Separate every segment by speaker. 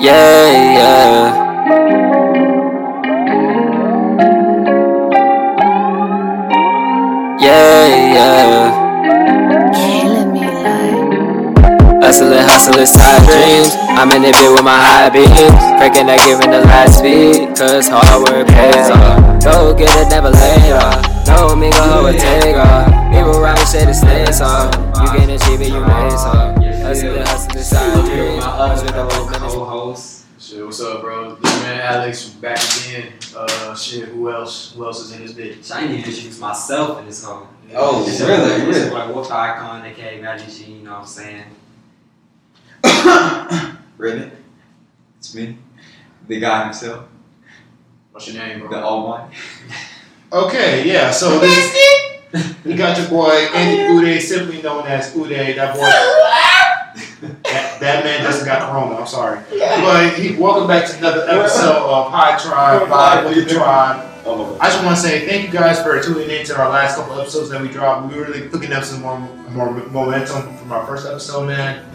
Speaker 1: yeah, yeah. Yeah, yeah.
Speaker 2: Killing me like
Speaker 1: Hustling, hustling, side dreams. I'm in the bit with my high beams. Cracking that giving the last speed. Cause hard work pays off. Go get it, never later. No, me go a take off. People around shit, it stays off. You can achieve it, you may some. Hustling, hustling, side dreams. Hustling, double minutes.
Speaker 3: co-host. Shit, what's up, bro? This man Alex from back again. Uh, shit, who else? Who else is in this bitch?
Speaker 4: So I didn't even introduce myself in this song.
Speaker 5: Oh,
Speaker 4: This is
Speaker 5: really?
Speaker 4: This
Speaker 5: Really?
Speaker 4: is like Wolf Icon, aka Magic G, you know what I'm saying?
Speaker 5: Really? It's me. The guy himself.
Speaker 3: What's your name,
Speaker 5: The
Speaker 3: bro?
Speaker 5: old one.
Speaker 6: Okay, yeah. So this we got your boy Andy Uday, simply known as Uday. That boy, that, that man just got corona. I'm sorry, but he welcome back to another episode of High Tribe Live with the Tribe.
Speaker 5: Oh,
Speaker 6: I just want to say thank you guys for tuning in to our last couple episodes that we dropped. We were really picking up some more more momentum from our first episode, man.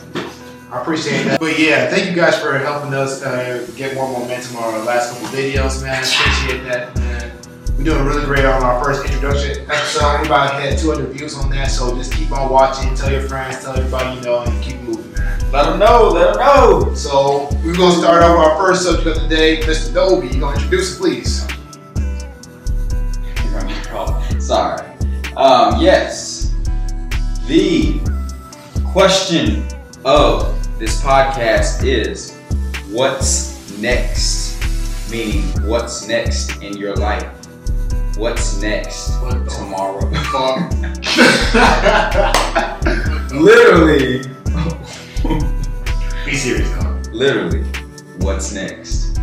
Speaker 6: I appreciate that. But yeah, thank you guys for helping us uh, get more momentum on our last couple videos, man. Appreciate that, man. We're doing really great on our first introduction episode. We about had 200 views on that, so just keep on watching. Tell your friends, tell everybody you know, and keep moving, man.
Speaker 5: let him know. Let him know.
Speaker 6: So we're gonna start off with our first subject of the day, Mr. Dobie. You gonna introduce, it, please?
Speaker 5: You're on your call. Sorry. Um, yes. The question of this podcast is what's next? Meaning, what's next in your life? What's next
Speaker 3: What the-
Speaker 5: tomorrow? Literally.
Speaker 6: Be serious, though.
Speaker 5: literally what's next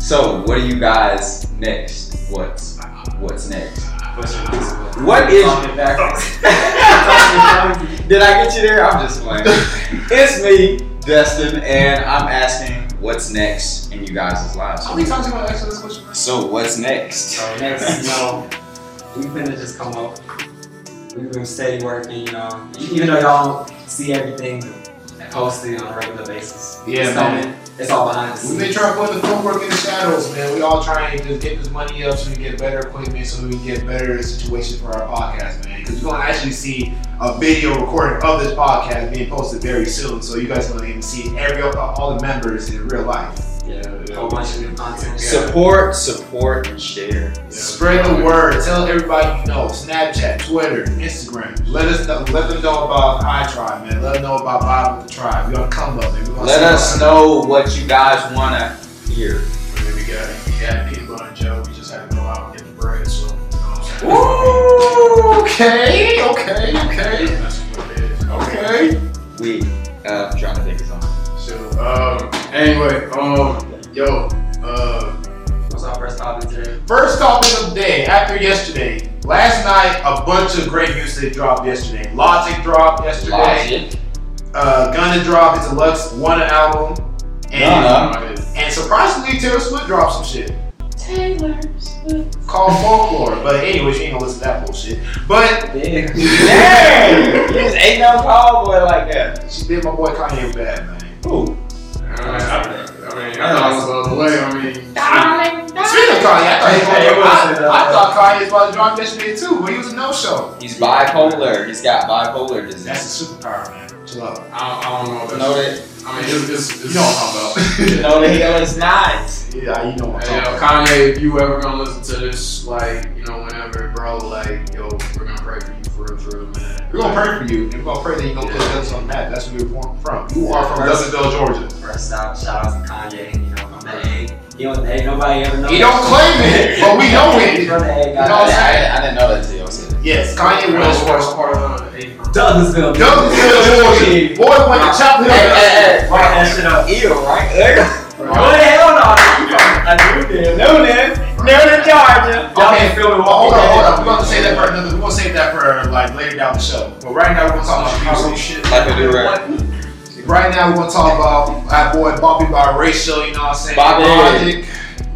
Speaker 5: so what are you guys next what's what's next
Speaker 4: What's your next one?
Speaker 5: what is
Speaker 4: Talking backwards.
Speaker 5: did i get you there i'm just playing it's me destin and i'm asking what's next in you guys' lives
Speaker 6: How many times you gonna answer this question?
Speaker 5: so what's next
Speaker 4: So next, you know, we finna just come up. We've been steady working, you know. Even though y'all don't see everything posted on a regular basis.
Speaker 6: Yeah,
Speaker 4: it's
Speaker 6: man.
Speaker 4: All, it's all behind the scenes.
Speaker 6: We've been trying to put the footwork in the shadows, man. We all trying to get this money up so we can get better equipment, so we can get better situations for our podcast, man. Because you're gonna actually see a video recording of this podcast being posted very soon, so you guys gonna even see every all the members in real life.
Speaker 4: Yeah, a whole bunch of new content.
Speaker 5: support support and share
Speaker 6: Spread the word. Tell everybody you know. Snapchat, Twitter, Instagram. Let us know. Let them know about I Tribe, man. Let them know about Bob with the Tribe. We're gonna come up, man. We're gonna
Speaker 5: let
Speaker 6: see
Speaker 5: us
Speaker 6: what's
Speaker 5: know what you guys want to hear
Speaker 3: Maybe we got we had peanut butter and jelly. We just had to go out and get the bread. So you know what I'm
Speaker 6: Ooh, okay, okay, okay,
Speaker 3: saying? That's what it is.
Speaker 6: okay.
Speaker 5: we uh trying to think of something
Speaker 3: So um, anyway, um, yo, uh,
Speaker 4: What's our first topic today?
Speaker 6: First topic of the day after yesterday. Last night, a bunch of great music dropped yesterday. Logic dropped yesterday.
Speaker 5: Logic.
Speaker 6: Uh, Gunna dropped his deluxe one album, and
Speaker 5: Gunna?
Speaker 6: and surprisingly, Taylor Swift dropped some shit. Taylor Swift. Called folklore, but anyway, she ain't gonna listen to that bullshit. But
Speaker 4: Yeah.
Speaker 5: Damn! You just ain't no call boy like that.
Speaker 6: she did my boy Kanye bad, man.
Speaker 5: Ooh.
Speaker 3: I mean, I, I mean, I thought it was the other way. I mean,
Speaker 6: Speaking of Kanye, I thought he was
Speaker 4: Hey,
Speaker 6: gonna-
Speaker 4: what's it, uh,
Speaker 6: I, I thought Kanye was about to drop yesterday too, but he was a no-show.
Speaker 5: He's bipolar. He's got bipolar disease.
Speaker 6: That's a superpower, man. Chill out.
Speaker 3: I, I don't know. If that's,
Speaker 5: know that?
Speaker 3: I mean, it's, it's, it's
Speaker 6: You know what I'm talking
Speaker 5: You know the hell is not.
Speaker 6: Yeah, you know what I'm
Speaker 3: Hey,
Speaker 6: talking
Speaker 3: yo,
Speaker 6: about.
Speaker 3: Kanye, if you ever gonna listen to this, like, you know, whenever, bro, like, yo, we're gonna pray for you for real, for real, man.
Speaker 6: We're gonna pray for you. and We're gonna pray that you're gonna put us on that. That's where you're from. from. You are from Douglasville, Georgia.
Speaker 4: First out, shout out to Kanye. You know, from the A. He don't, ain't nobody ever know.
Speaker 6: He don't claim it, but we know
Speaker 4: He
Speaker 6: it.
Speaker 4: from the A,
Speaker 6: No,
Speaker 4: got
Speaker 6: it's-
Speaker 4: it.
Speaker 5: I, I didn't know that until you said it.
Speaker 6: Yes, Kanye
Speaker 3: Bro,
Speaker 6: West
Speaker 3: it's
Speaker 6: was
Speaker 3: worst
Speaker 6: from
Speaker 3: part of the eight.
Speaker 4: Douglasville.
Speaker 6: Douglasville, Georgia. Boy, when the chop it
Speaker 5: Hey,
Speaker 6: up.
Speaker 5: hey, hey.
Speaker 4: Write that shit up.
Speaker 5: Ew, right? Ugh.
Speaker 4: What the hell no? You from a new
Speaker 5: Noonan. Noonan, Georgia.
Speaker 6: Okay,
Speaker 4: feel me?
Speaker 6: Hold on, hold on. We're gonna save that for another. We're gonna save that for like later down the show. But right now, we're gonna talk about music.
Speaker 3: shit.
Speaker 5: Like a direct.
Speaker 6: Right now, we're gonna talk about our boy Bobby Biracial, you know what I'm saying?
Speaker 5: Bobby.
Speaker 6: Logic,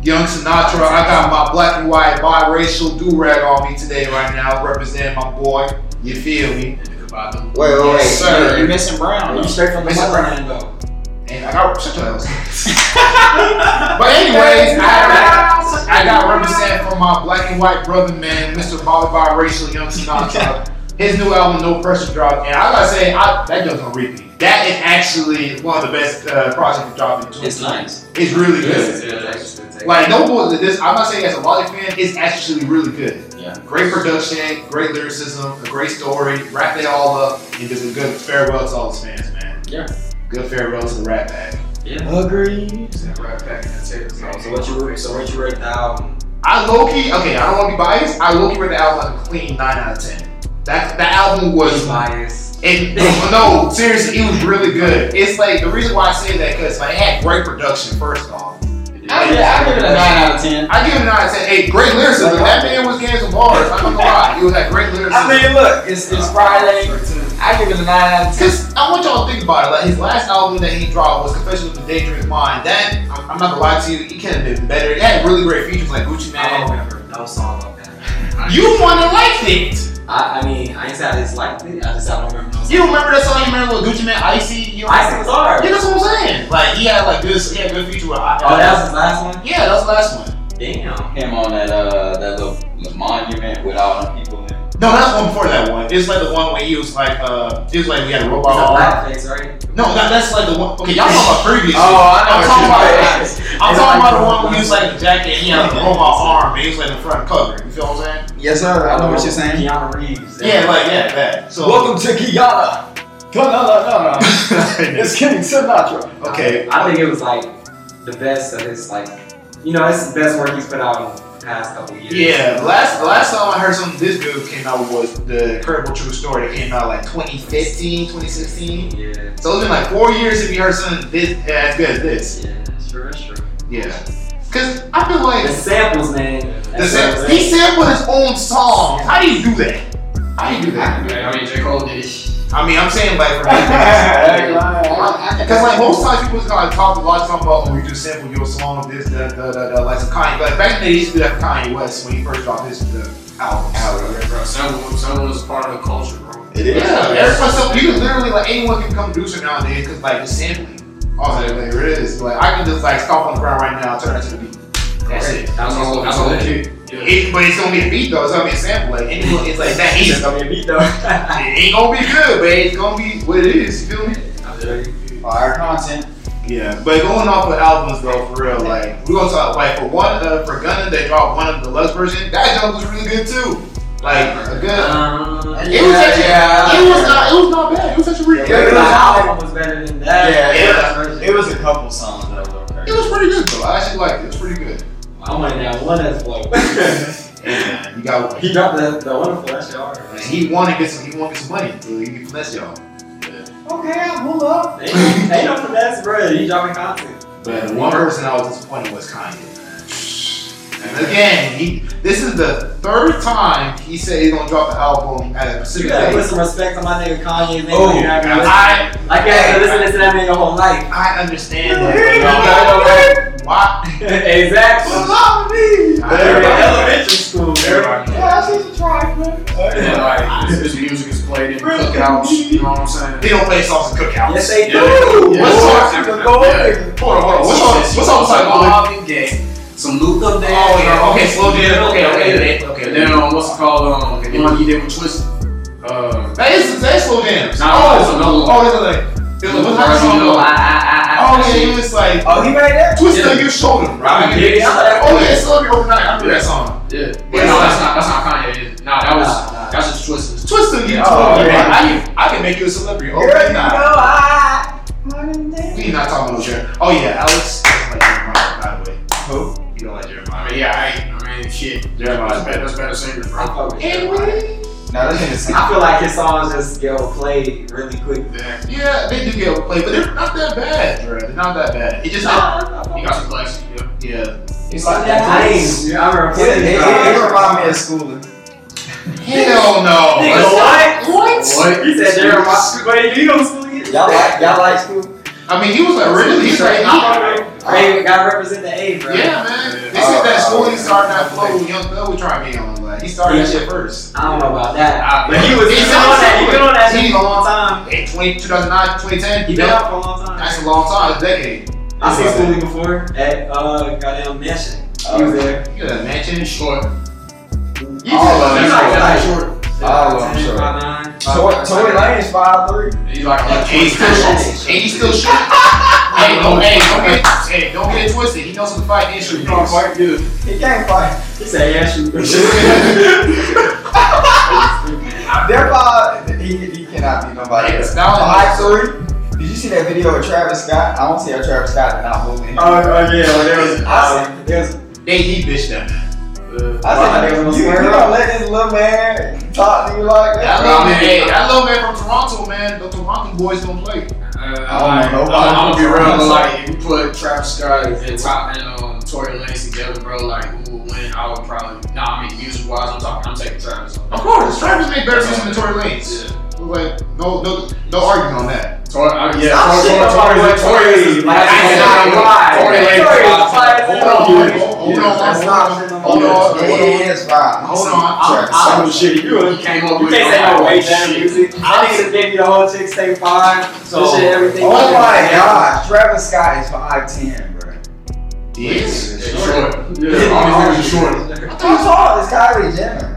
Speaker 6: Young Sinatra. I got my black and white biracial do rag on me today, right now, representing my boy. You feel me?
Speaker 3: About them.
Speaker 5: Wait, wait, wait.
Speaker 6: Yes, sir.
Speaker 5: You're missing Brown.
Speaker 4: You
Speaker 5: though.
Speaker 4: straight from the
Speaker 6: Mr.
Speaker 4: motherland though.
Speaker 6: And thing. I got shut your ass. but anyways, I, I got represented from my black and white brother man, Mr. Volleyball Racial Young Sinatra. His new album, No Pressure, dropped, and I gotta say, I, that goes on repeat. That is actually one of the best uh, projects that dropped in 2020.
Speaker 7: It's nice.
Speaker 6: It's really good.
Speaker 8: Yeah.
Speaker 6: Like no bullshit. This I'm not saying as a Wally fan, it's actually really good.
Speaker 7: Yeah.
Speaker 6: Great production, great lyricism, a great story. Wrap it all up and just a good farewell to all his fans, man.
Speaker 7: Yeah.
Speaker 6: Good farewell to the Rat Pack.
Speaker 7: Agreed.
Speaker 8: That rap pack and that tape is
Speaker 4: So,
Speaker 8: awesome.
Speaker 4: so what you so what you rate the album?
Speaker 6: I low key okay. I don't want to be biased. I low key rate the album like a clean nine out of ten. That that album was
Speaker 4: biased.
Speaker 6: It, no, seriously, it was really good. It's like the reason why I say that because like it had great production first off.
Speaker 7: I, yeah, I give it a nine out of ten.
Speaker 6: I give it a nine out of ten. Hey, great lyricism. That man was getting some bars. I'm not gonna lie. He was like great lyricism.
Speaker 7: I mean, look, it's, it's Friday. I give it a nine out of ten.
Speaker 6: Cause I want y'all to think about it. Like his last album that he dropped was Confessions of a Dangerous Mind. That I'm, I'm not gonna lie to you, it could have been better. It had really great features like Gucci
Speaker 4: I
Speaker 7: Oh,
Speaker 4: don't
Speaker 6: Man.
Speaker 4: remember no song about that.
Speaker 6: You wanna like it?
Speaker 4: I, I mean, I ain't said I disliked it. I just I don't remember no song.
Speaker 6: You remember that song you remember with Gucci Man, Icy? You
Speaker 4: I said it was hard.
Speaker 6: yeah, that's what I'm saying. Like he had like good, he had good feature with. I,
Speaker 4: Oh, that was his last one.
Speaker 6: yeah, that was the last one.
Speaker 4: Damn.
Speaker 7: Him on that uh that little, little monument with all the people in. it.
Speaker 6: No, that's one before that one. It's like the one where he was like, uh, it was like we had a
Speaker 4: It's a
Speaker 6: robot. arm.
Speaker 4: blackface, right?
Speaker 6: No, that, that's like the one. Okay, y'all talking about previous.
Speaker 7: Oh, I
Speaker 6: I'm talking
Speaker 7: what you're talking
Speaker 6: about I'm
Speaker 4: It's
Speaker 6: talking
Speaker 4: like
Speaker 6: about the one where he was
Speaker 4: blackface.
Speaker 6: like the jacket and he had like a robot arm and he was like the front cover. You feel what I'm saying?
Speaker 7: about. Yes, sir. I know what you're saying.
Speaker 4: Keanu Reeves.
Speaker 6: Yeah, like yeah, that. So
Speaker 7: Welcome to Kiana. No, no, no, no, no. It's Kenny Sinatra.
Speaker 6: okay.
Speaker 4: I think it was like the best of his like, you know, it's the best work he's put out in the past couple years.
Speaker 6: Yeah, the last the last time I heard something this good came out was the Incredible True Story that came out like 2015, 2016.
Speaker 4: Yeah.
Speaker 6: So it's been like four years if you heard something this as good as this.
Speaker 4: Yeah. Sure. Sure.
Speaker 6: Yeah, cause I feel like
Speaker 4: The samples, man.
Speaker 6: the sam- he sampled his own song. How do you do that? How do you do that?
Speaker 8: I mean, J. Cole did it.
Speaker 6: I mean, I'm saying like for Because like most times people just kind of talk a lot talking about oh you just sample your song this that that that, that like some Kanye like back in the day he used to do that for Kanye West when he first dropped his uh, album.
Speaker 8: Bro, someone, someone's part of the culture, bro.
Speaker 7: It
Speaker 6: Yeah,
Speaker 7: is.
Speaker 6: that's what's up. You can literally like anyone can become a producer nowadays because like just sampling. Oh, like, there it is. Like I can just like stop on the ground right now, turn it to the beat. That's it.
Speaker 4: That's all. That's
Speaker 8: That's
Speaker 4: all.
Speaker 8: all.
Speaker 4: It
Speaker 8: Yeah.
Speaker 6: It- but it's gonna be a beat though. It's gonna be a sample. Like anyone, it's like that easy.
Speaker 4: is. gonna be a beat though. I
Speaker 6: It ain't gonna be good, but it's gonna be what it is. You feel me?
Speaker 4: feel you.
Speaker 7: Fire content.
Speaker 6: Yeah, but going off of albums though, for real, like we gonna talk like for one uh, for Gunna, they dropped one of the Lux version. That jump was really good too. Like a good.
Speaker 4: Um,
Speaker 6: it was actually,
Speaker 7: yeah.
Speaker 6: it was not, it was not bad. It was actually
Speaker 7: Yeah,
Speaker 6: really good.
Speaker 7: it
Speaker 4: the
Speaker 7: was-
Speaker 4: album was better than that.
Speaker 6: Yeah,
Speaker 4: yeah.
Speaker 7: It was a couple songs that were
Speaker 6: It was pretty good though. I actually liked it. It was pretty good.
Speaker 4: I wanted that one as well.
Speaker 6: And you got
Speaker 4: he dropped the the wonderful. That's your art.
Speaker 6: and he wanted to get some. He wanted some money. So he can finesse y'all.
Speaker 4: Okay, I pull up. Ain't no- ain't no finesse, bro. He dropping content.
Speaker 6: But one person I was disappointed was Kanye. And again, he, this is the third time he said he's gonna drop an album at a
Speaker 4: You
Speaker 6: specific
Speaker 4: gotta put
Speaker 6: date.
Speaker 4: some respect on my nigga Kanye. Man.
Speaker 7: Oh,
Speaker 4: you know what I mean?
Speaker 6: I
Speaker 4: Like, you have to listen to that man your whole life.
Speaker 6: I understand
Speaker 4: Yeah,
Speaker 6: that. but y'all- Why?
Speaker 4: exactly.
Speaker 6: Everybody-
Speaker 4: school.
Speaker 6: everybody-
Speaker 7: she's a trifling.
Speaker 8: And like, his, his music is played in cookouts. You know what I'm saying?
Speaker 6: They don't play songs in cookouts.
Speaker 4: Yes, they do.
Speaker 6: Yeah. What's
Speaker 7: What's
Speaker 6: songs?
Speaker 7: up?
Speaker 6: Yeah. Hold on, hold on. What's songs? What's songs? like, Oh,
Speaker 8: Bob and Gay. Some Luca Dance.
Speaker 6: yeah. Okay, slow down. Okay, okay, okay.
Speaker 8: And then um, what's it called? Um, the one he did with Twisted. Uh,
Speaker 6: That is that is slow jams.
Speaker 8: Nah, that's another
Speaker 6: Oh,
Speaker 8: one.
Speaker 6: oh, that's another. It was- What's that song?
Speaker 8: You know,
Speaker 6: called?
Speaker 8: I- I- I- I-
Speaker 6: Oh yeah, it was like
Speaker 7: Oh, he right there?
Speaker 6: twist
Speaker 8: Yeah.
Speaker 6: on your shoulder, right?
Speaker 8: Yeah, yeah, I
Speaker 6: Oh yeah, slow your overnight. I knew that song.
Speaker 8: Yeah. But no, that's not that's not Kanye. is it? Nah, that was
Speaker 4: Nah, nah.
Speaker 8: that's just Twisted.
Speaker 6: Twist on your
Speaker 7: Yeah, oh,
Speaker 6: shoulder.
Speaker 7: yeah.
Speaker 6: I can I can make you a celebrity.
Speaker 7: You already
Speaker 6: Okay,
Speaker 7: know
Speaker 6: nah.
Speaker 7: I.
Speaker 6: We not talking about Jeremiah. Oh yeah, Alex. I don't like Jeremiah, by the way.
Speaker 7: Who?
Speaker 6: You don't like Jeremiah.
Speaker 8: I mean, yeah, I ain't. I mean, shit. That's
Speaker 6: Jeremiah's
Speaker 8: better.
Speaker 6: better.
Speaker 8: That's better singers,
Speaker 4: I
Speaker 8: bro.
Speaker 4: fuck with Jeremiah.
Speaker 7: No, that nigga's
Speaker 4: I feel like his songs just get played really quick.
Speaker 8: Yeah.
Speaker 6: Yeah, they do get overplayed, but they're not that bad, bro. They're not that bad. It just
Speaker 8: He got some classics. Yeah.
Speaker 6: yeah.
Speaker 7: He's
Speaker 4: Like
Speaker 7: like
Speaker 4: that
Speaker 7: that.
Speaker 4: clean. Yeah, I
Speaker 7: It,
Speaker 4: remember
Speaker 7: it,
Speaker 4: playing
Speaker 7: it,
Speaker 4: it.
Speaker 7: it remind me of schooling.
Speaker 6: Hell no.
Speaker 4: Nigga, what?
Speaker 8: What?
Speaker 4: Oh, He said Jeremiah. Wait, you don't school yet?
Speaker 7: Y'all like y'all like school?
Speaker 6: I mean, he was like really. He's like, I-
Speaker 4: Hey, gotta represent the A, bro.
Speaker 6: yeah, man. They said that school he started that flow with Young Thug was trying to be on. Like,
Speaker 5: He started that shit first.
Speaker 4: I don't know about that.
Speaker 5: Uh, but he was
Speaker 6: He's
Speaker 5: he's
Speaker 6: been on that-
Speaker 5: He's been on that shit for a long time.
Speaker 6: In 20, 2009, 2010,
Speaker 5: He's
Speaker 6: you
Speaker 5: been
Speaker 6: know,
Speaker 5: out for a long time.
Speaker 6: that's a long time, it's a decade.
Speaker 4: I seen Snoopy before at uh goddamn mansion. Uh, he
Speaker 5: Oh.
Speaker 4: was there.
Speaker 6: You got a mansion, short.
Speaker 5: You
Speaker 6: All
Speaker 5: just-
Speaker 6: of
Speaker 5: you
Speaker 6: them
Speaker 5: like
Speaker 6: short.
Speaker 5: that.
Speaker 6: short.
Speaker 5: Oh, I'm sure. Tory, Tory Lane is five three.
Speaker 8: He's like, like
Speaker 6: And he's still short. And he's still short. hey, don't, hey, don't get, hey, don't get it twisted. He knows how to fight issue.
Speaker 8: You know, quite good.
Speaker 5: He can't fight.
Speaker 4: He said, "Yeah, shoot."
Speaker 5: Therefore, he, he cannot be nobody.
Speaker 6: It's not
Speaker 5: else. Five three. Did you see that video of Travis Scott? I don't see how Travis Scott did not move in.
Speaker 4: Oh, oh yeah, well, there was.
Speaker 5: I
Speaker 4: Uh,
Speaker 5: said, there was,
Speaker 6: They, he bitched them.
Speaker 4: Why?
Speaker 5: I said,
Speaker 4: There was
Speaker 5: you, you
Speaker 4: no square
Speaker 5: don't
Speaker 4: up.
Speaker 5: let this little man talk to you like that.
Speaker 6: That little man, hey, that little man from Toronto, man. The Toronto boys don't play.
Speaker 8: I,
Speaker 5: know
Speaker 8: am
Speaker 5: about
Speaker 8: gonna be
Speaker 5: it.
Speaker 8: real, but like, if you put Travis Scott and Top and um, Tory Lanez together, bro, like, who would win? I would probably. Nah, I mean, music wise, I'm talking. I'm taking Travis.
Speaker 6: Of course, Travis made better music than Tory Lanez.
Speaker 8: Yeah.
Speaker 6: Like, no, no, no arguing on that.
Speaker 8: Tory, I, yeah.
Speaker 5: Stop shitting on
Speaker 8: Tory, Tory, Tory, Tory,
Speaker 5: Tory.
Speaker 8: Tory,
Speaker 5: Like,
Speaker 4: I said,
Speaker 5: why?
Speaker 8: Tory Lanez.
Speaker 5: Tory is
Speaker 8: Hold
Speaker 5: five.
Speaker 6: Hold on, hold on, hold
Speaker 5: Yeah, that's
Speaker 6: on,
Speaker 5: not shitting on
Speaker 6: hold on, hold on,
Speaker 5: you. Yeah,
Speaker 6: hold
Speaker 5: he is five.
Speaker 6: Hold on,
Speaker 5: Travis
Speaker 6: I- I-
Speaker 5: Scott.
Speaker 4: I'm shit. You
Speaker 8: on. He came up
Speaker 4: You
Speaker 8: with.
Speaker 4: can't say no
Speaker 8: oh,
Speaker 4: way down
Speaker 8: shit.
Speaker 4: music. I need to give you the whole chick say five. So
Speaker 6: So-
Speaker 4: shit, everything.
Speaker 5: Oh my gosh, Travis Scott is five ten, bro.
Speaker 6: on. He is?
Speaker 8: Yeah, short.
Speaker 6: Yeah, all these niggas are short.
Speaker 5: How tall is Kylie Jenner?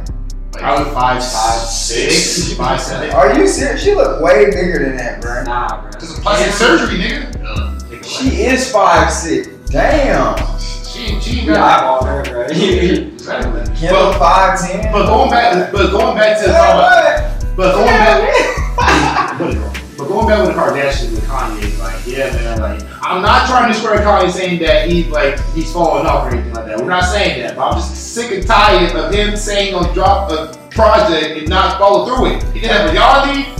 Speaker 6: I was five, five, six, five, seven.
Speaker 5: Are you serious? She look way bigger than that, bro.
Speaker 4: Nah, bro.
Speaker 6: This is plastic surgery, nigga.
Speaker 5: She is five six. Damn.
Speaker 6: She, she ain't
Speaker 4: You
Speaker 6: got.
Speaker 4: eyeball her, bro.
Speaker 6: Exactly.
Speaker 5: Kendall five ten.
Speaker 6: But going back, but going back to the but going back, But going back with the Kardashians and Kanye, like, yeah, man, like, I'm not trying to square Kanye saying that he's like he's falling off or anything like that. We're not saying that, but I'm just sick and tired of him saying on drop a project and not follow through it. He did that with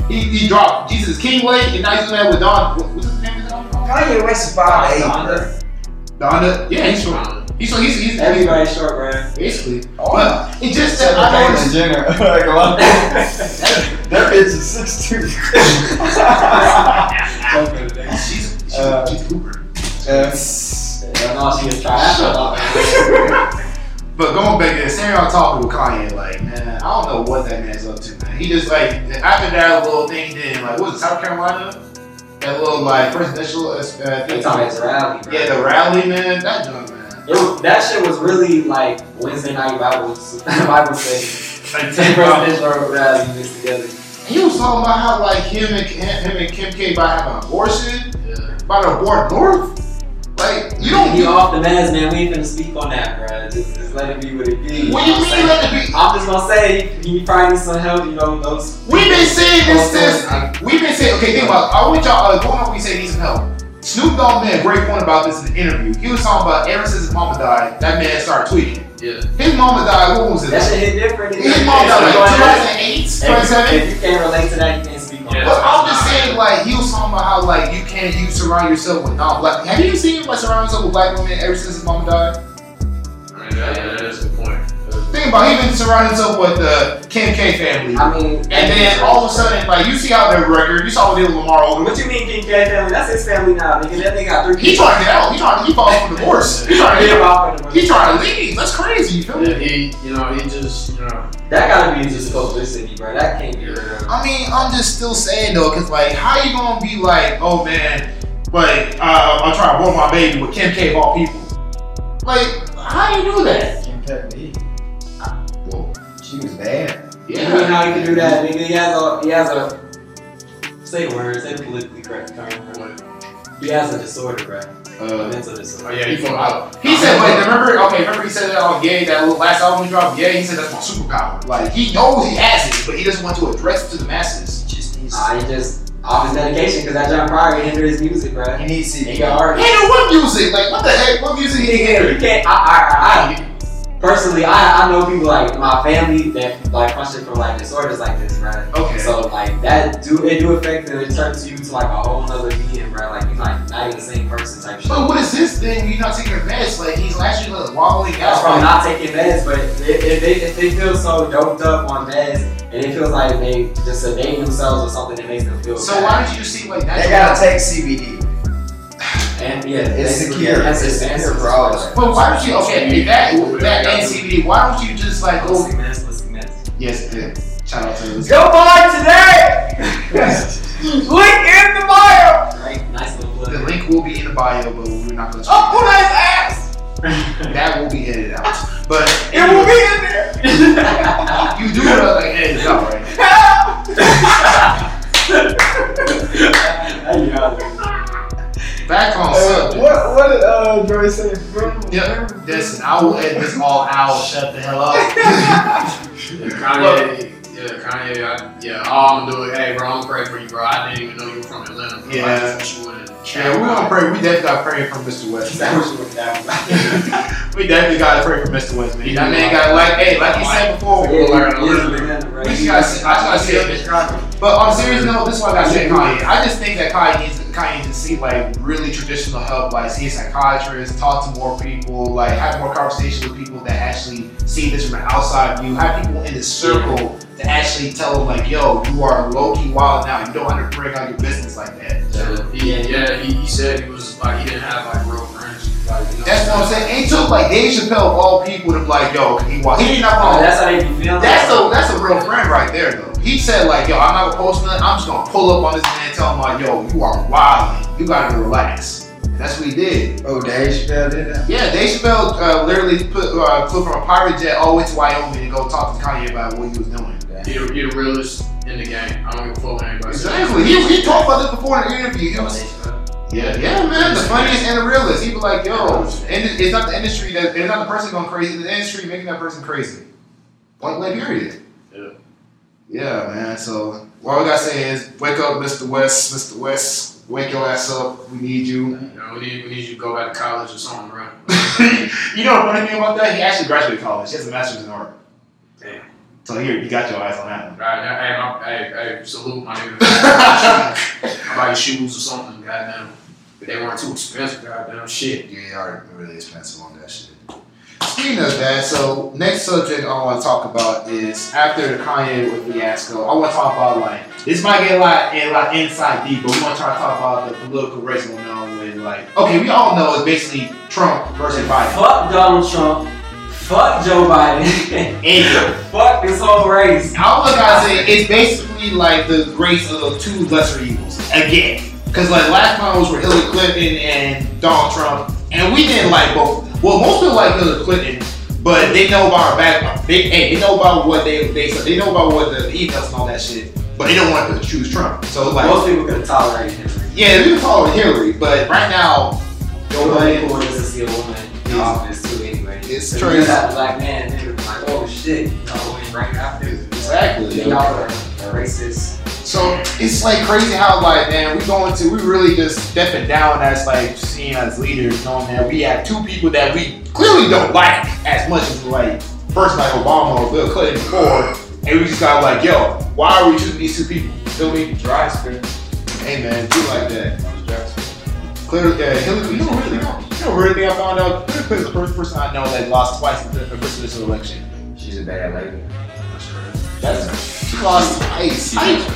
Speaker 6: Yardi, he, he dropped Jesus is King late, and now he's doing that with Don. What, what's his name? Is Don?
Speaker 5: Kanye West is five eight, bro.
Speaker 4: Donda.
Speaker 6: Donna? Yeah, he's from. He's from. He's, he's, he's,
Speaker 4: Everybody's short, bro.
Speaker 6: basically.
Speaker 5: Oh,
Speaker 6: But it just
Speaker 5: Except
Speaker 6: that I don't
Speaker 5: Caitlyn Jenner. like a lot. That bitch is six two.
Speaker 6: understand. She's she's,
Speaker 5: Uh,
Speaker 6: she's Cooper.
Speaker 4: No, she was triathlete.
Speaker 6: But going back to staying on topic with Kanye, like, man, I don't know what that man's up to, man. He just like after that little thing, then like, what was it South Carolina? That little like presidential uh,
Speaker 4: They talking
Speaker 6: thing.
Speaker 4: about his rally, bro.
Speaker 6: Yeah, the rally, man. That joint, man.
Speaker 4: It was, that shit was really like Wednesday night Bible Bible study.
Speaker 6: Like,
Speaker 4: Ten
Speaker 6: ten bro.
Speaker 4: presidential rally mixed together.
Speaker 6: He was talking about how like him and him and Kim K about having an abortion,
Speaker 8: Yeah.
Speaker 6: about to abort North. Like, you don't.
Speaker 4: Be
Speaker 6: You,
Speaker 4: off the meds, man. We ain't finna speak on that, bro. Just, just let it be what it be.
Speaker 6: what do you mean let it be?
Speaker 4: I'm just gonna say he probably needs some help, you know, those
Speaker 6: We've been saying this since
Speaker 5: I,
Speaker 6: We've been saying, okay, think about. I want y'all. Uh, going on, we say need some help. Snoop Dogg made a great point about this in the interview. He was talking about ever since his mama died, that man started tweeting.
Speaker 8: Yeah.
Speaker 6: His mama died. What was it?
Speaker 4: that
Speaker 6: His
Speaker 4: shit hit different.
Speaker 6: mama died
Speaker 4: If you-
Speaker 6: like 2008, 2007.
Speaker 4: If you can't relate to that, you can't speak on
Speaker 8: Yeah.
Speaker 4: it.
Speaker 6: But I'm just saying, like he was talking about how like you can't you surround yourself with non-black. Have you seen him like surround yourself with black women ever since his mama died?
Speaker 8: I mean, that, yeah, that is a good point.
Speaker 6: Think about it, he been surrounding himself with the Kim K family,
Speaker 4: I mean
Speaker 6: and then all of a sudden like you see how their record, you saw what they did with Lamar Odom.
Speaker 4: What you mean King K family? That's his family now, nigga. That nigga got three
Speaker 6: He
Speaker 4: kids.
Speaker 6: trying to get out. He trying to he falling for divorce. He trying to get out. He
Speaker 4: That
Speaker 6: trying to leave. That's crazy. You feel me?
Speaker 8: Yeah, he, you know, he just, you know,
Speaker 4: gotta be just publicity, bro. That can't be real.
Speaker 6: I mean, I'm just still saying though, cause like, how you gonna be like, oh man, but uh, I'm trying to abort my baby with Kim K of all people? Like, how you do that?
Speaker 5: Kim K B.
Speaker 6: Well,
Speaker 5: She was bad.
Speaker 4: You mean how you can do that, nigga? He has a he has a say the word, say the politically correct term, bro. He has a disorder, bro. A
Speaker 6: Uh,
Speaker 4: mental disorder.
Speaker 8: oh yeah, he fell out.
Speaker 6: he said, wait, remember? Okay, remember he said that on Gay, that little last album he dropped, Gay. He said that's my superpower. Like, he knows he has it, but he doesn't want to address it to the masses.
Speaker 5: Just needs.
Speaker 4: Nah, he just off his dedication because that John Pryor hindered his music, bro.
Speaker 5: He needs
Speaker 4: He
Speaker 5: to.
Speaker 4: got
Speaker 6: Hey,
Speaker 4: artists.
Speaker 6: then what music? Like, what the heck? What music he
Speaker 4: You
Speaker 6: did?
Speaker 4: can't. I, I, I, I personally, I, I know people like in my family that like function from like disorders like this, bro.
Speaker 6: Okay.
Speaker 4: So like that do it do affect and it turns you to like a whole nother being, bro. Like you're like not even the same person type shit.
Speaker 6: But what is this thing? You're not taking your meds. Like, he's actually like wobbling
Speaker 4: That's
Speaker 6: out.
Speaker 4: from not taking meds, but if, if, they, if they feel so doped up on meds and it feels like they just sedating themselves or something that makes them feel
Speaker 6: So
Speaker 4: bad.
Speaker 6: why did you see like that?
Speaker 5: They gotta take CBD.
Speaker 4: and yeah,
Speaker 5: It's
Speaker 4: basically,
Speaker 5: secure.
Speaker 4: That's
Speaker 5: It's
Speaker 4: advanced
Speaker 5: secure for
Speaker 4: as
Speaker 5: all
Speaker 4: well.
Speaker 5: of us.
Speaker 6: But why don't you okay if that that NCD? Why don't you just like go?
Speaker 4: Honestly, man, it's-
Speaker 6: Yes, and shout out to this.
Speaker 7: Go buy today! Link in the bio!
Speaker 4: Right? Nice little
Speaker 6: The
Speaker 4: plug.
Speaker 6: link will be in the bio, but we're not gonna.
Speaker 7: Oh, who nice ass!
Speaker 6: That will be edited out. But
Speaker 7: It will be in there!
Speaker 6: You do it like edit it out, right?
Speaker 4: Hey, yo.
Speaker 6: Back on
Speaker 7: Uh,
Speaker 6: subject.
Speaker 7: what, what did uh, Dre say? Remember-
Speaker 6: Yep.
Speaker 7: remember-
Speaker 6: Listen, I will edit this all out. Shut the hell up.
Speaker 8: Kanye, yeah, Kanye, I, yeah, oh, all I'm doing, hey, bro, I'm praying for you, bro. I didn't even know you were from Atlanta. Bro.
Speaker 6: Yeah.
Speaker 8: I just wish you would've-
Speaker 6: yeah, we're gonna pray. We definitely got praying from Mr. West.
Speaker 4: That was what that was.
Speaker 6: we definitely gotta pray for Mr. West, man. That man got like, hey, like you said before,
Speaker 4: Yeah,
Speaker 6: we learn a
Speaker 4: yeah,
Speaker 6: little bit.
Speaker 4: banana, right?
Speaker 6: We just gotta see- I just gotta see it. But on a serious note, this is what I say, Kanye. I just think that Kanye needs Kanye needs to see like really traditional help, like see a psychiatrist, talk to more people, like have more conversations with people that actually see this from an outside view. Have people in his circle to actually tell him like, yo, you are low key wild now. You don't have to break out your business like that.
Speaker 8: Yeah, he, yeah, he, he said he was like he didn't have like real friends. Like, you know,
Speaker 6: That's what I'm saying. It took like Dave Chappelle of all people to be like, yo, he wa- he did not
Speaker 4: Oh,
Speaker 6: want
Speaker 4: that's how they be feeling.
Speaker 6: That's a that's a real friend right there though. He said like, yo, I'm not gonna post nothing. I'm just gonna pull up on this man and tell him like, yo, you are wild. You gotta relax. That's what he did.
Speaker 7: Oh, Dave Chappelle did that?
Speaker 6: Yeah, Dave Chappelle uh, literally put uh, flew from a pirate jet all the way to Wyoming to go talk to Kanye about what he was doing.
Speaker 8: He, the- he the realest in the game. I don't give a fuck what anybody says.
Speaker 6: Exactly. He, he talked about this before in an interview. He was- yeah, yeah, man. The funniest and the realest. He was like, yo, and it- it's not the industry that it's not the person going crazy. It's the industry making that person crazy. Point blank. Period.
Speaker 8: Yeah.
Speaker 6: Yeah, man. So all we gotta say is, wake up, Mr. West, Mr. West, wake your ass up. We need you.
Speaker 8: You know, we need we need you to go back to college or something, bro.
Speaker 6: you know the funny thing about that? He actually graduated college. He has a master's in art.
Speaker 8: Damn.
Speaker 6: So here, you got your eyes on that one.
Speaker 8: All right, now, hey, my, hey, hey, salute my nigga. I buy your shoes or something. Goddamn, they weren't too expensive. Goddamn shit.
Speaker 6: Yeah, they are really expensive on that shit. Speaking of that, so next subject I want to talk about is after the Kanye fiasco. I want to talk about like this might get a lot, a lot inside deep, but we want to try to talk about the political race going on with like okay, we all know it's basically Trump versus Biden.
Speaker 4: Fuck Donald Trump. Fuck Joe Biden.
Speaker 6: And
Speaker 4: Fuck this whole race.
Speaker 6: I was gotta say it's basically like the race of the two lesser evils again, because like last time was for Hillary Clinton and Donald Trump, and we didn't like both. Well, most people like Hillary Clinton, But they know about our background. They hey, they know about what they they they know about what the emails and all that shit. But they don't want to choose Trump. So like,
Speaker 4: Most people could have tolerated him.
Speaker 6: yeah, we can follow Hillary, but right now,
Speaker 4: Nobody cool wants to see a woman in office too anyway.
Speaker 6: It's
Speaker 4: So
Speaker 6: true.
Speaker 4: You got a black man, they're like, oh shit, you know, we right after.
Speaker 6: exactly.
Speaker 4: Y'all are, are racist.
Speaker 6: So it's like crazy how like man, we going to we really just stepping down as like seeing as leaders, knowing that we have two people that we clearly don't like as much as we like first like Obama or Bill Clinton before, and we just got like, yo, why are we choosing these two people? Feel me?
Speaker 4: Dry skin.
Speaker 6: Hey man, do like that. Clearly, uh, Hillary, you don't really know. You don't really think I found out. Hillary Clinton's the first person I know that lost twice in the presidential election.
Speaker 7: She's a bad lady.
Speaker 6: That's she lost twice.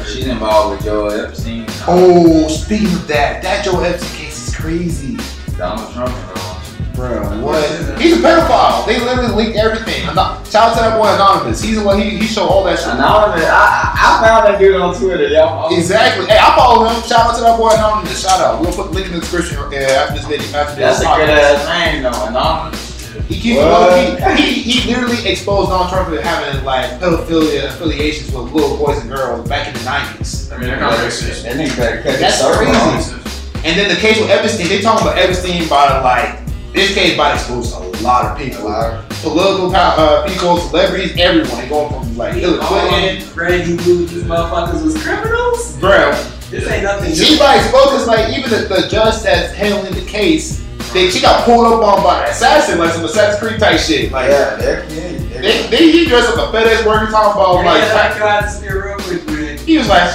Speaker 7: She's involved with Joel Epstein.
Speaker 6: Oh, speaking of that, that Joe Epstein case is crazy,
Speaker 7: Donald Trump involved.
Speaker 6: bro. What? He's a pedophile. They literally leaked everything. Ano- Shout out to that boy Anonymous. He's the one. He, he showed all that shit.
Speaker 7: Anonymous. I, I I found that dude on Twitter, y'all.
Speaker 6: Exactly. Hey, I follow him. Shout out to that boy Anonymous. Shout out. We'll put the link in the description uh, after this video. After
Speaker 7: That's
Speaker 6: this
Speaker 7: a
Speaker 6: podcast.
Speaker 7: good ass name, though. Anonymous.
Speaker 6: He keeps
Speaker 7: What?
Speaker 6: he, he, he literally exposed Donald Trump for having like pedophilia affiliations with little boys and girls back in the nineties.
Speaker 8: I mean, that kind of makes sense.
Speaker 7: That nigga better cut
Speaker 6: That's
Speaker 7: his circle
Speaker 6: crazy.
Speaker 7: off.
Speaker 6: And then the case with Epstein, they talking about Epstein by like this case by exposed a lot of people, political uh, people, celebrities, everyone. They going from like Hillary Clinton,
Speaker 4: Reggie Blue, these motherfuckers was criminals?
Speaker 6: bro.
Speaker 4: This ain't nothing new.
Speaker 6: Anybody focused like even the, the judge that's handling the case, they she got pulled up on by an assassin, like some Assassin's Creed type shit, like.
Speaker 7: Yeah, they're kidding.
Speaker 6: They, they, he dressed up a FedEx worker talking about like
Speaker 4: yeah, I got to spear real quick with it.
Speaker 6: He was like,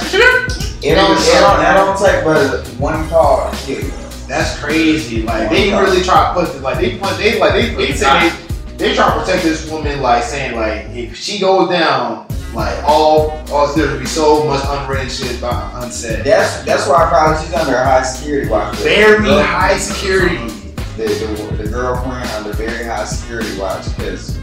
Speaker 7: It don't, it don't, that don't take but one call to kill you.
Speaker 6: that's crazy. Like they really try to push it. Like they put, they like they they say they, they try to protect this woman. Like saying like if she goes down, like all all there would be so much unwritten shit by unsaid.
Speaker 7: That's that's why probably she's under high security watch.
Speaker 6: Very
Speaker 7: The-
Speaker 6: high security.
Speaker 7: The, the, the girlfriend under very high security watch because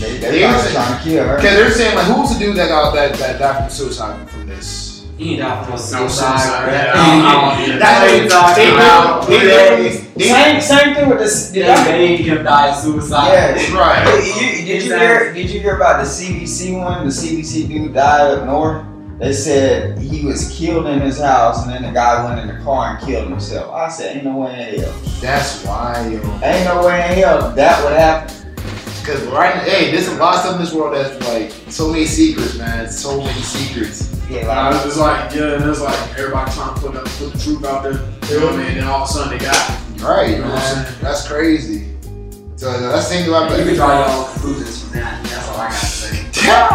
Speaker 5: They,
Speaker 6: They
Speaker 5: they probably
Speaker 6: was-
Speaker 5: trying to kill her.
Speaker 6: Okay, they're saying like, who was the dude that got that that died from suicide from this?
Speaker 4: He died from
Speaker 8: No
Speaker 4: suicide.
Speaker 8: suicide.
Speaker 4: bro.
Speaker 8: Yeah, I don't- I don't-
Speaker 4: That's what
Speaker 6: They-
Speaker 4: we talking
Speaker 6: they-
Speaker 4: about.
Speaker 6: They literally, they,
Speaker 5: Same, same thing with this.
Speaker 4: They made him die suicide.
Speaker 5: Yeah.
Speaker 6: right.
Speaker 5: Did you, did you hear? Did you hear about the CBC one? The CBC dude died up north. They said he was killed in his house, and then the guy went in the car and killed himself. I said, ain't no way in hell.
Speaker 6: That's wild.
Speaker 5: Ain't no way in hell that would happen.
Speaker 6: Cause right, hey, there's a lot of stuff in this world that's like so many secrets, man. So many secrets.
Speaker 5: Yeah,
Speaker 8: Nah,
Speaker 5: like,
Speaker 8: it's just like yeah, and it's like everybody trying to put up, put the truth out there. You know what I mean? And then all of a sudden they got it.
Speaker 6: Right,
Speaker 8: You know what I'm
Speaker 6: man. That's crazy. So that's the thing about
Speaker 4: You can
Speaker 6: like,
Speaker 4: draw your own conclusions from that. That's all I got to say.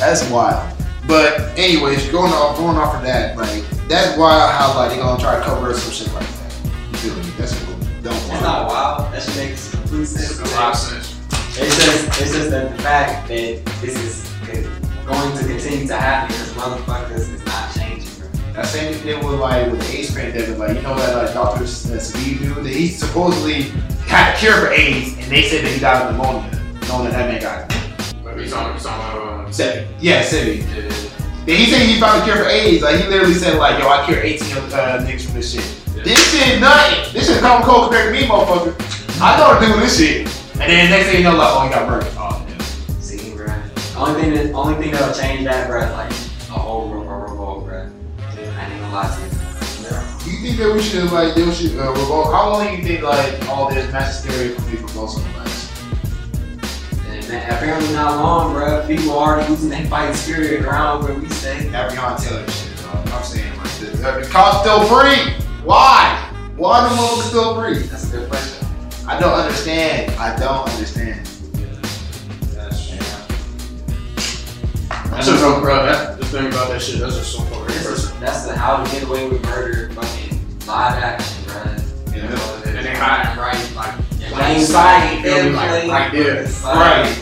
Speaker 6: that's wild. But anyways, going off going off of that, like that's wild how like they gonna try to cover up some shit like that. You feel me? That's cool. Don't
Speaker 4: That's
Speaker 6: worry.
Speaker 4: not wild. That should make complete sense.
Speaker 8: It's a lot of sense.
Speaker 4: It's just, it's just that the fact that this is going to continue to happen because motherfuckers is not changing. bro.
Speaker 6: That same thing with like with the AIDS pandemic, like you know that like Doctor Sabine dude, that he supposedly had a cure for AIDS, and they said that he died of pneumonia, knowing that that man got it.
Speaker 8: But he's on, he's on, uh,
Speaker 6: Sebi. Yeah, Sebi.
Speaker 8: yeah.
Speaker 6: Then he said he found a cure for AIDS. Like he literally said like, yo, I cured 18 of, uh, niggas from this shit.
Speaker 8: Yeah.
Speaker 6: This shit nothing. This shit come cold compared to me, motherfucker. I thought I doing this shit, and then next thing you know, like, oh, he got murdered. Oh, yeah.
Speaker 4: See, bro. Only thing that, only thing that'll change that, bro, is like a whole ro- a revolt, bro. I ain't gonna lie to you.
Speaker 6: Do you think that we should like, do should uh, revolt? How long do you think like all this mass hysteria can be revolting?
Speaker 4: And that- apparently not long, bro. People are already losing their fighting spirit around where we stay.
Speaker 6: that Breonna Taylor shit, though. I'm saying like the, the cops still free. Why? Why the motherfuckers still free?
Speaker 4: That's a good question.
Speaker 6: I don't understand. I don't understand.
Speaker 8: That's just so, bro. That's the thing about that shit. That's just so fucking
Speaker 4: This
Speaker 8: personal.
Speaker 4: is, that's the how to get away with murder fucking live action, bro.
Speaker 6: Yeah.
Speaker 8: And they hiding right, like,
Speaker 4: Plain sight,
Speaker 8: feel me? like,
Speaker 4: plain
Speaker 8: right there.
Speaker 4: fucking sight.
Speaker 6: Right.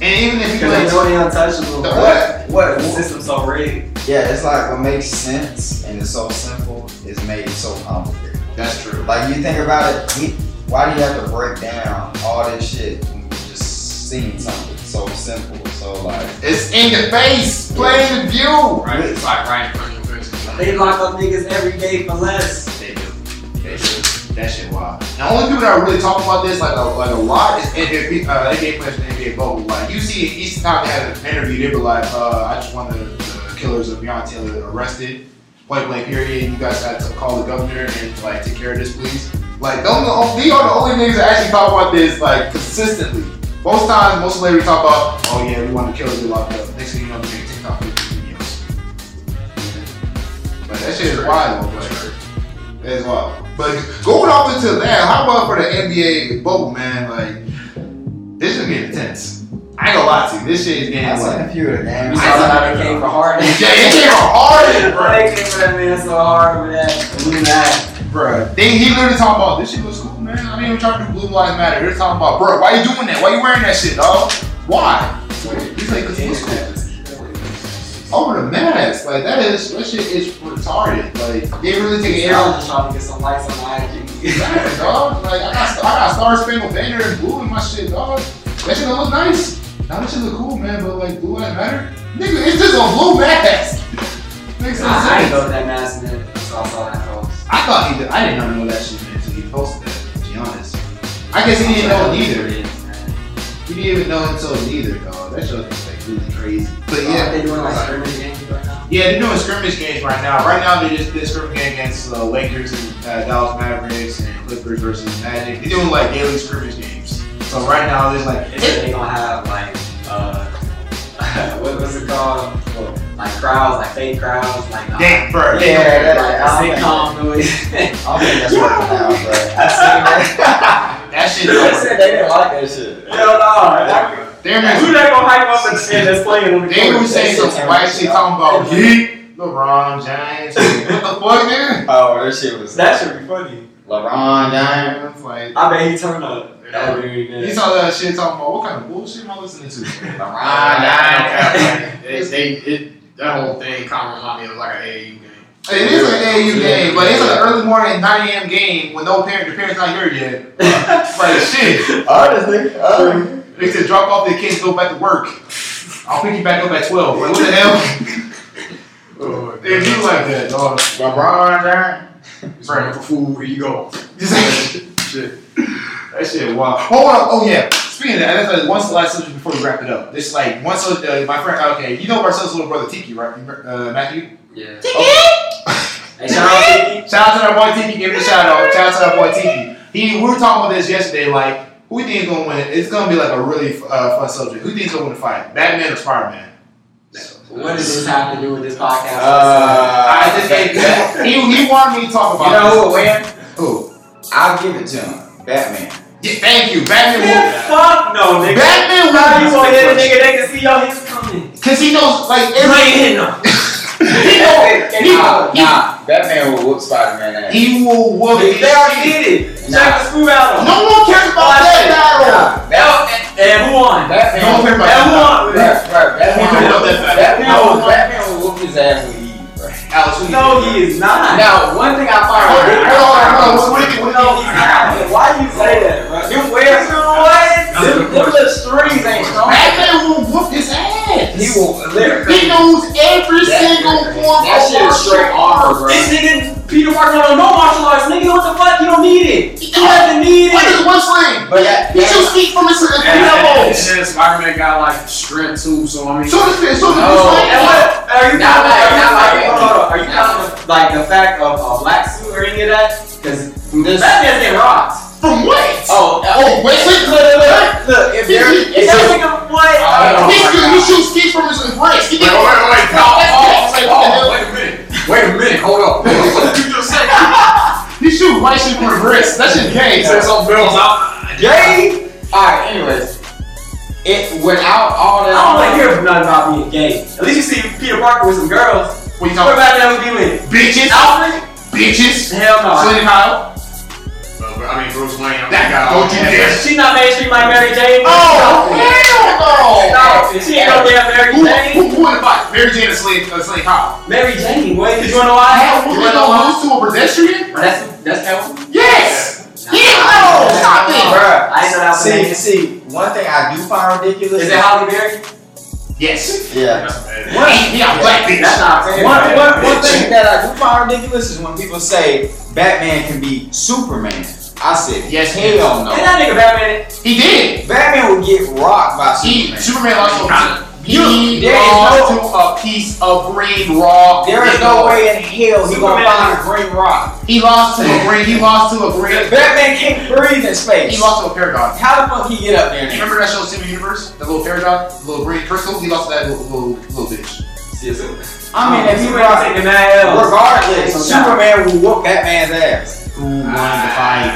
Speaker 6: And even if you
Speaker 4: Because they
Speaker 6: like,
Speaker 4: know they untouchable.
Speaker 6: The
Speaker 4: bro.
Speaker 6: what?
Speaker 4: The
Speaker 5: what?
Speaker 4: system's so rigged.
Speaker 5: Yeah, it's like what makes sense and it's so simple is made so complicated.
Speaker 6: that's true.
Speaker 5: Like you think about it, we- why do you have to break down all this shit when you just seen something so simple? So like,
Speaker 6: It's in your face, plain in view.
Speaker 8: Right, it's like right in front of your face.
Speaker 4: They lock up niggas every day for less.
Speaker 6: They do. They do. That shit wild. The only people that are really talking about this like a, like a lot is NBA, uh, NBA players and NBA bubble. Like you see, each time they had an interview, they be like, uh, "I just want the, the killers of Breonna Taylor arrested." Point blank period. You guys had to call the governor and like take care of this, please. Like, don't they are the only niggas that actually talk about this like consistently. Most times, most ladies talk about, "Oh yeah, we want the killers to be locked up." Next thing you know, they make TikTok videos. But that shit is wild. Like, as well. But going off into that, how about for the NBA bubble, man? Like, this is getting intense. I ain't gonna lie to you, this shit is getting
Speaker 5: that's
Speaker 6: like.
Speaker 5: like a few of the
Speaker 4: You
Speaker 5: damn.
Speaker 4: saw
Speaker 6: I-
Speaker 4: how they came for Harden.
Speaker 6: Yeah, it came from Harden, bro.
Speaker 4: They came for that man so hard with that. Look at
Speaker 6: Bruh. Then he literally talking about this shit looks cool, man. I mean, we're trying to do Blue Lives Matter. They're talking about, bro, why you doing that? Why you wearing that shit, dog? Why? He's like, cause it looks cool. Over the mask, like that is that shit is retarded. Like they really taking
Speaker 4: Yeah,
Speaker 6: every
Speaker 4: I'm just trying to get some lights on my IG.
Speaker 6: Yeah, dog. Like I got, I got Star Spangled Banner and blue in my shit, dog. That shit don't look nice. Now that shit look cool, man. But like, blue lives matter, nigga. It's just a blue mask. Makes no
Speaker 4: I ain't
Speaker 6: sense.
Speaker 4: go to that mass man. So I saw that post.
Speaker 6: I thought he did. I did not know that shit man, until he posted that. To be honest, I guess he didn't know it either. He didn't even know until neither, dog. That shit was like really crazy. But
Speaker 4: Yeah. Aren't they doing like scrimmage games right now?
Speaker 6: Yeah, they're doing scrimmage games right now. Right now, they just did scrimmage game against uh, Lakers and uh, Dallas Mavericks and Clippers versus Magic. They're doing like daily scrimmage games. So right now, there's like
Speaker 4: They said they gonna have like uh, what, what's it called? Like crowds, like fake crowds, like uh,
Speaker 6: damn bro.
Speaker 5: Yeah,
Speaker 4: like
Speaker 5: I don't
Speaker 4: sitcom noise.
Speaker 5: think- I don't think that's working out, bro.
Speaker 6: That shit.
Speaker 4: They
Speaker 6: Don't work.
Speaker 4: said they didn't like that shit. Hell no.
Speaker 6: They're
Speaker 4: Who
Speaker 6: not.
Speaker 4: they gonna hype up at the end that's playing on the
Speaker 6: They
Speaker 4: court?
Speaker 6: were saying
Speaker 5: That shit
Speaker 6: some white shit talking about
Speaker 4: Yeah.
Speaker 6: Heat, LeBron James. what the fuck, man?
Speaker 5: Oh, that shit was
Speaker 4: That should be funny.
Speaker 5: LeBron James.
Speaker 6: It's Like,
Speaker 4: I bet he turned up.
Speaker 6: That
Speaker 4: would be
Speaker 6: he saw that shit talking about what kind of bullshit am I listening to? Ah,
Speaker 5: LeBron James.
Speaker 8: They, they, it, that whole thing kind of remind me of like an AAU game.
Speaker 6: It is an AU game, but it's an early morning 9
Speaker 5: Oh,
Speaker 6: a.m. game with no parent. The parents not here yet. Like shit.
Speaker 5: Honestly,
Speaker 6: They said drop off the kids, go back to work. I'll pick you back up at 12. Like, what the hell? They do like that, dog.
Speaker 7: LeBron
Speaker 8: It's right for food. Here you go.
Speaker 6: shit. That shit wow. Hold on. Oh yeah. Speaking of that, that's like one last subject before we wrap it up. This like one so uh, my friend. Okay, you know Marcel's little brother Tiki, right? Uh, Matthew.
Speaker 4: Yeah.
Speaker 6: Hey, shout out Tiki. Shout out to that boy Tiki. Give him a shout out. Shout out to that boy Tiki. He. We were talking about this yesterday. Like, who you think is gonna win? It's gonna be like a really uh, fun subject. Who you think is gonna win the fight? Batman or Spider Man?
Speaker 4: What does this have to do with this podcast?
Speaker 5: Uh,
Speaker 6: I just gave he, he wanted me to talk
Speaker 5: you
Speaker 6: about.
Speaker 5: know who will win?
Speaker 6: this. Who?
Speaker 5: I'll give it to him. Batman.
Speaker 6: Yeah, thank you, Batman.
Speaker 4: Man, fuck no,
Speaker 6: Will,
Speaker 4: nigga.
Speaker 6: Batman
Speaker 4: How you
Speaker 6: will
Speaker 4: gonna hit a nigga? They can see your hits coming.
Speaker 6: because he knows like
Speaker 4: You
Speaker 6: every.
Speaker 4: ain't hitting him.
Speaker 6: he know, he,
Speaker 5: Nah,
Speaker 6: he,
Speaker 5: nah, Batman will whoop Spider Man ass.
Speaker 6: he will whoop
Speaker 4: They already
Speaker 6: it.
Speaker 4: did it. Check
Speaker 5: Nah.
Speaker 4: the screw out of him.
Speaker 6: No one cares about that
Speaker 5: Nah,
Speaker 4: Now-
Speaker 5: Batman.
Speaker 4: And who won?
Speaker 6: battle.
Speaker 5: Batman.
Speaker 6: No one cares about
Speaker 4: And who
Speaker 6: that.
Speaker 4: won? with that?
Speaker 5: Right, right. Batman,
Speaker 6: He
Speaker 5: will-
Speaker 6: could've done that
Speaker 5: Batman,
Speaker 4: battle.
Speaker 5: will- Batman will whoop his ass with Eve, bro.
Speaker 6: Alex, who
Speaker 4: No,
Speaker 6: you
Speaker 4: he is not.
Speaker 5: Now, one thing I find
Speaker 6: Hold on, hold on. What do you- what do
Speaker 4: No,
Speaker 6: you-
Speaker 4: he's not. Why you say that, bro? You wear what? Them, them little strings ain't strong.
Speaker 6: Batman will whoop his ass.
Speaker 5: he will literally.
Speaker 6: He knows every single form
Speaker 5: That
Speaker 6: of
Speaker 5: shit is
Speaker 6: martial
Speaker 5: straight armor,
Speaker 6: arts.
Speaker 5: bro.
Speaker 4: This nigga, Peter Parker, don't know martial arts. Nigga, what the fuck? You don't need it. You haven't need
Speaker 6: What is
Speaker 4: it.
Speaker 6: one sling?
Speaker 5: But that,
Speaker 6: He
Speaker 5: that,
Speaker 6: shoots feet from his
Speaker 8: And, and, and
Speaker 6: elbows.
Speaker 8: then Spider-Man got like strength too, so I mean.
Speaker 6: Shoot his feet. Shoot his
Speaker 5: No.
Speaker 4: And
Speaker 6: feet.
Speaker 4: what? Are you
Speaker 5: Not
Speaker 4: counting?
Speaker 5: like-
Speaker 4: Are you
Speaker 5: not like-
Speaker 4: counting? Hold on, hold on. Are you counting the, like the fact of a black suit or any of that? Because
Speaker 5: This-
Speaker 4: Batman's getting rocked.
Speaker 6: From what?
Speaker 5: oh,
Speaker 6: Oh, wait,
Speaker 5: look,
Speaker 6: wait.
Speaker 5: look, look, look, if you're,
Speaker 4: Is
Speaker 5: if
Speaker 4: that
Speaker 5: you're,
Speaker 4: nigga what?
Speaker 5: Oh,
Speaker 6: He
Speaker 5: my
Speaker 6: shoot- he
Speaker 5: God.
Speaker 6: shoots feet from his wrist. He
Speaker 8: Wait, wait,
Speaker 6: gets-
Speaker 8: wait, wait,
Speaker 6: That's
Speaker 8: no, oh,
Speaker 6: it. Like,
Speaker 8: wait,
Speaker 6: what the
Speaker 8: oh,
Speaker 6: hell?
Speaker 8: wait a minute. Wait a minute, hold up. What did you just say?
Speaker 6: He shoot white shit from his wrist. That shit gay.
Speaker 8: He said something else. I-
Speaker 5: gay. All right, anyways, it without all that.
Speaker 4: I don't want to hear nothing about being gay. At least you see Peter Parker with some girls.
Speaker 6: What you
Speaker 4: What
Speaker 6: talking about?
Speaker 4: about that would be with?
Speaker 6: Bitches.
Speaker 4: Alfred?
Speaker 6: Bitches.
Speaker 4: Hell no.
Speaker 6: Selena Kyle.
Speaker 8: Well, but I mean, Bruce Wayne. I'm
Speaker 6: That guy. Don't you dare.
Speaker 4: She not mainstream like Mary Jane.
Speaker 6: Oh, hell
Speaker 4: Stop it. She ain't no damn Mary
Speaker 6: no. Who,
Speaker 4: Jane.
Speaker 6: who, who won the fight? Mary Jane and Selena, uh, Selena Kyle.
Speaker 4: Mary Jane, what? You wanna know why?
Speaker 6: Hell,
Speaker 4: You
Speaker 6: who's
Speaker 4: wanna know
Speaker 6: gonna
Speaker 4: why?
Speaker 6: lose to a pedestrian?
Speaker 4: That's that's that one.
Speaker 6: Yes. Yeah, no. Stop it.
Speaker 5: Bruh,
Speaker 4: I didn't know that was
Speaker 5: see,
Speaker 4: the name.
Speaker 5: see, one thing I do find ridiculous.
Speaker 4: Is it Holly Berry?
Speaker 6: Yes.
Speaker 5: Yeah.
Speaker 8: That's bad.
Speaker 6: What? He got black
Speaker 4: That's
Speaker 6: bitch.
Speaker 4: not fair.
Speaker 5: One,
Speaker 4: man.
Speaker 5: one, one thing that I do find ridiculous is when people say Batman can be Superman. I said,
Speaker 6: Yes,
Speaker 5: hell
Speaker 4: Ain't
Speaker 5: no.
Speaker 4: that nigga Batman?
Speaker 6: He did.
Speaker 5: Batman would get rocked by
Speaker 6: He
Speaker 5: Superman.
Speaker 6: Superman lost to a
Speaker 5: You-
Speaker 6: he
Speaker 5: there is
Speaker 6: lost to
Speaker 5: no-
Speaker 6: a piece of green raw.
Speaker 5: There is no way in hell he gonna
Speaker 4: Superman-
Speaker 5: find a green rock.
Speaker 6: He lost to a green. He lost to a green.
Speaker 5: Batman can't breathe in space.
Speaker 6: He lost to a paragon.
Speaker 5: How the fuck he get up there?
Speaker 6: You remember that show Steven Universe? That little paragon? The little green crystal? He lost to that little, little, little bitch.
Speaker 5: I mean, if
Speaker 4: you
Speaker 5: you
Speaker 4: ready to
Speaker 5: rock,
Speaker 4: take the mad L.
Speaker 5: regardless, Superman will whoop Batman's ass
Speaker 6: Who won the fight?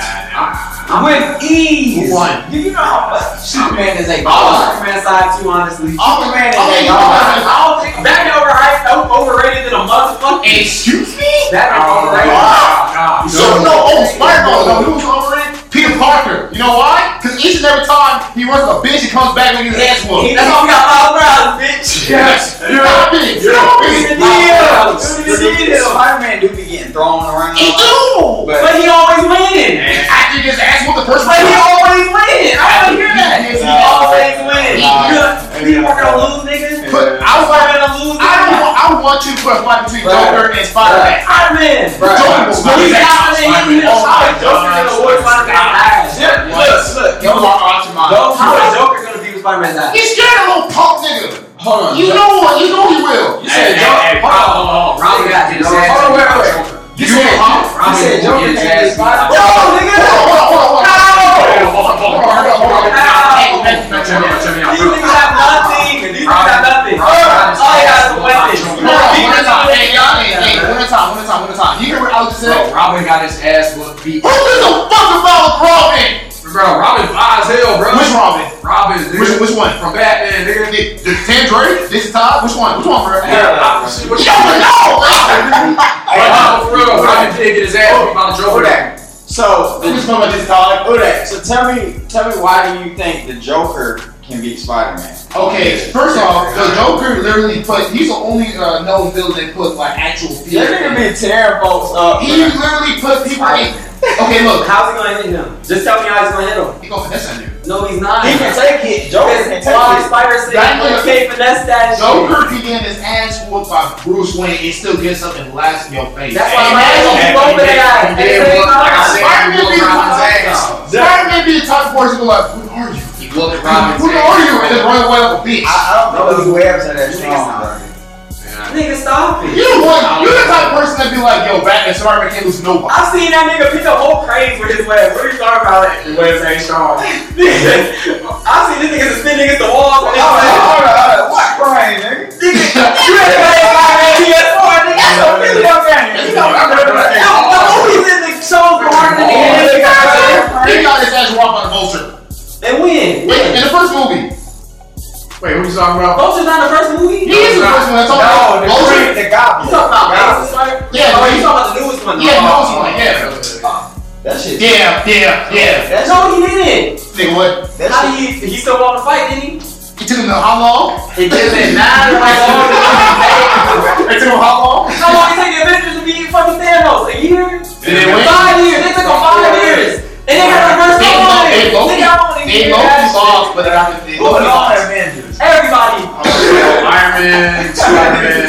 Speaker 5: with ease.
Speaker 6: Who won?
Speaker 5: You you know how much Superman is
Speaker 4: I
Speaker 5: a
Speaker 4: was
Speaker 5: god.
Speaker 4: Superman side too, honestly.
Speaker 5: Superman is
Speaker 6: Okay, you
Speaker 5: a god.
Speaker 6: know what?
Speaker 4: I don't think Batman overhyped, o- overrated than a motherfucker.
Speaker 6: Excuse me?
Speaker 4: Batman overrated.
Speaker 8: Oh,
Speaker 6: So no, oh, Spider-Man, no, who was over it? Peter Parker. You know why? Because each and every time he runs a bitch, he comes back with his ass whooped.
Speaker 4: He that's all we got five rounds, bitch.
Speaker 6: Yes. Stop it. Stop
Speaker 4: He's the
Speaker 6: it.
Speaker 4: deal. He's the deal.
Speaker 5: Spider-Man do be getting thrown around.
Speaker 6: He do.
Speaker 5: But
Speaker 4: But he always winning.
Speaker 6: After his ass whooped the first
Speaker 4: But he
Speaker 6: round.
Speaker 4: always winning. I don't hear that. He
Speaker 5: Nah.
Speaker 4: always winning.
Speaker 5: Nah.
Speaker 4: Good. Peter Parker don't lose, nigga.
Speaker 6: But I was like,
Speaker 4: Spider-Man don't lose.
Speaker 6: I don't
Speaker 4: nigga.
Speaker 6: want, I want you to put a fight between
Speaker 5: Bruh.
Speaker 6: Joker and Spider-Man.
Speaker 4: Iron Man.
Speaker 5: Bruh.
Speaker 6: Joker will
Speaker 4: But
Speaker 6: win.
Speaker 4: he's out there hitting the
Speaker 6: Oh my
Speaker 4: shot. Joker's gonna work
Speaker 6: God.
Speaker 4: Spider-Man's ass.
Speaker 5: Yeah, look, look.
Speaker 6: You
Speaker 5: Yo,
Speaker 6: are out your mind.
Speaker 5: Don't-
Speaker 4: How is Joker gonna be with Spider-Man's ass?
Speaker 6: He's scared of little punk nigga.
Speaker 5: hold on.
Speaker 6: You
Speaker 5: Joker-
Speaker 6: know what? You know he will.
Speaker 5: you said Joker. Hold on.
Speaker 8: Robin got his ass.
Speaker 5: Hold on, wait, wait,
Speaker 8: wait.
Speaker 5: You said
Speaker 6: Huh?
Speaker 5: you said Joker can't
Speaker 8: Robin
Speaker 5: be
Speaker 8: is ass.
Speaker 5: Spider-Man.
Speaker 4: No, nigga.
Speaker 6: Hold on, hold on, hold on, hold on.
Speaker 8: Hold on, hold on,
Speaker 6: Hold on, hold on, hold on.
Speaker 4: No.
Speaker 6: Hey, hey, hey,
Speaker 8: Check me out, check me out,
Speaker 4: These
Speaker 8: bro.
Speaker 4: niggas have nothing. These niggas have nothing.
Speaker 8: Robin is
Speaker 4: All he has
Speaker 8: ass.
Speaker 4: is weapons.
Speaker 6: Hold on, one at a time. Hey, y'all, hey, hey, one at a time, one at a time, one at a time. You hear what Alex just said?
Speaker 8: Bro, Robin got his ass whooped beat.
Speaker 6: Who gives a fuck about Robin?
Speaker 8: Bro, Robin fly as hell, bro.
Speaker 6: Which Robin?
Speaker 8: Robin, nigga.
Speaker 6: Which, which one?
Speaker 8: From Batman, nigga.
Speaker 6: The, the Tim Drake? This is Todd? Which one? Which one, bro?
Speaker 8: Yeah, Robin, shit, what
Speaker 6: Yo,
Speaker 8: you doing?
Speaker 6: Oh, no!
Speaker 8: Robin, for real, Robin did get his ass beat by
Speaker 5: Who
Speaker 8: the Joker.
Speaker 5: that? So, Oh,
Speaker 6: Who's talking about this Todd?
Speaker 5: who that? So tell me, tell me, why do you think the Joker can beat Spider Man.
Speaker 6: Okay, first off, the Joker literally put, he's the only uh, known villain that put like actual fear.
Speaker 5: That nigga been tearing folks up.
Speaker 6: He literally put people in. Okay, look,
Speaker 4: How's he gonna hit them? Just tell me how he's gonna hit them.
Speaker 6: he gonna finesse in there.
Speaker 4: No, he's not.
Speaker 5: He can take it. Joker can
Speaker 4: Because why
Speaker 5: take it.
Speaker 4: Spider said
Speaker 6: That
Speaker 4: you
Speaker 6: nigga-
Speaker 4: can't finesse that shit.
Speaker 6: Joker can get his ass whooped by Bruce Wayne and still get something last in your face.
Speaker 4: That's
Speaker 6: And
Speaker 4: why my ass
Speaker 6: that's-
Speaker 4: gonna be over their ass.
Speaker 6: and
Speaker 4: They
Speaker 6: then
Speaker 4: say,
Speaker 6: what- like I
Speaker 4: "Oh,
Speaker 6: said,
Speaker 4: Spider-Man
Speaker 6: he
Speaker 4: be
Speaker 6: whooped
Speaker 4: around
Speaker 6: Robin's
Speaker 4: my
Speaker 6: ass.
Speaker 4: house."
Speaker 6: Spider-Man be the top force and go like, who are you?
Speaker 8: He whooped Robin's
Speaker 6: Who are
Speaker 8: ass.
Speaker 6: you? And then run away like a bitch.
Speaker 5: I, I don't know who webs are that strong, bro.
Speaker 8: Yeah.
Speaker 4: Nigga, stop it.
Speaker 6: You the one, you the type of person that be like, yo, Batman, Spider-Man can't lose to nobody.
Speaker 4: I've seen that nigga pick up whole cranes with his web. What are you talking about? Like, Your webs ain't strong. Nigga, I've seen this nigga spin niggas the walls.
Speaker 5: Hold
Speaker 4: with
Speaker 5: on,
Speaker 4: his web.
Speaker 5: hold on, hold on. What brain, nigga?
Speaker 4: Nigga, you ain't playing Spider-Man PS4, nigga. That's a really up
Speaker 6: You know, I remember
Speaker 4: I
Speaker 6: that.
Speaker 4: don't know who's in the show for more than the nigga is, bro.
Speaker 6: He got his ass robbed by the vulture.
Speaker 4: They win.
Speaker 6: Wait, in the first movie.
Speaker 8: Wait, who's talking about?
Speaker 4: Vulture's not the first movie?
Speaker 6: He is the first one that's talking
Speaker 5: No,
Speaker 6: about
Speaker 5: the
Speaker 6: vulture.
Speaker 5: Creed, the
Speaker 4: You
Speaker 5: goblin.
Speaker 4: talking about
Speaker 5: Goblin.
Speaker 4: Amazing Spider? oh, you
Speaker 6: Yeah, but he-
Speaker 4: talking about the newest one?
Speaker 6: Yeah,
Speaker 4: Oh.
Speaker 6: Vulture, like, yeah.
Speaker 5: That shit.
Speaker 6: Yeah, yeah,
Speaker 4: Oh,
Speaker 6: yeah.
Speaker 5: That shit.
Speaker 4: No, he didn't.
Speaker 6: Nigga, what?
Speaker 5: That
Speaker 4: How
Speaker 5: shit.
Speaker 4: did he? He still won the fight, didn't he?
Speaker 6: It took him how long?
Speaker 4: It doesn't matter. Like, how
Speaker 6: It took him how long?
Speaker 4: long it take the Avengers to beat fucking Thanos? A year?
Speaker 6: Did they win?
Speaker 4: Five years. They took him five years. And they got the first
Speaker 6: They
Speaker 4: one.
Speaker 6: Loki, they Loki,
Speaker 4: They got one in a
Speaker 6: they
Speaker 4: year.
Speaker 6: Loki lost, but then after they
Speaker 5: Who was
Speaker 6: Loki
Speaker 5: on
Speaker 6: lost.
Speaker 5: Avengers?
Speaker 4: Everybody.
Speaker 6: Oh,
Speaker 8: Iron Man, Spider Man,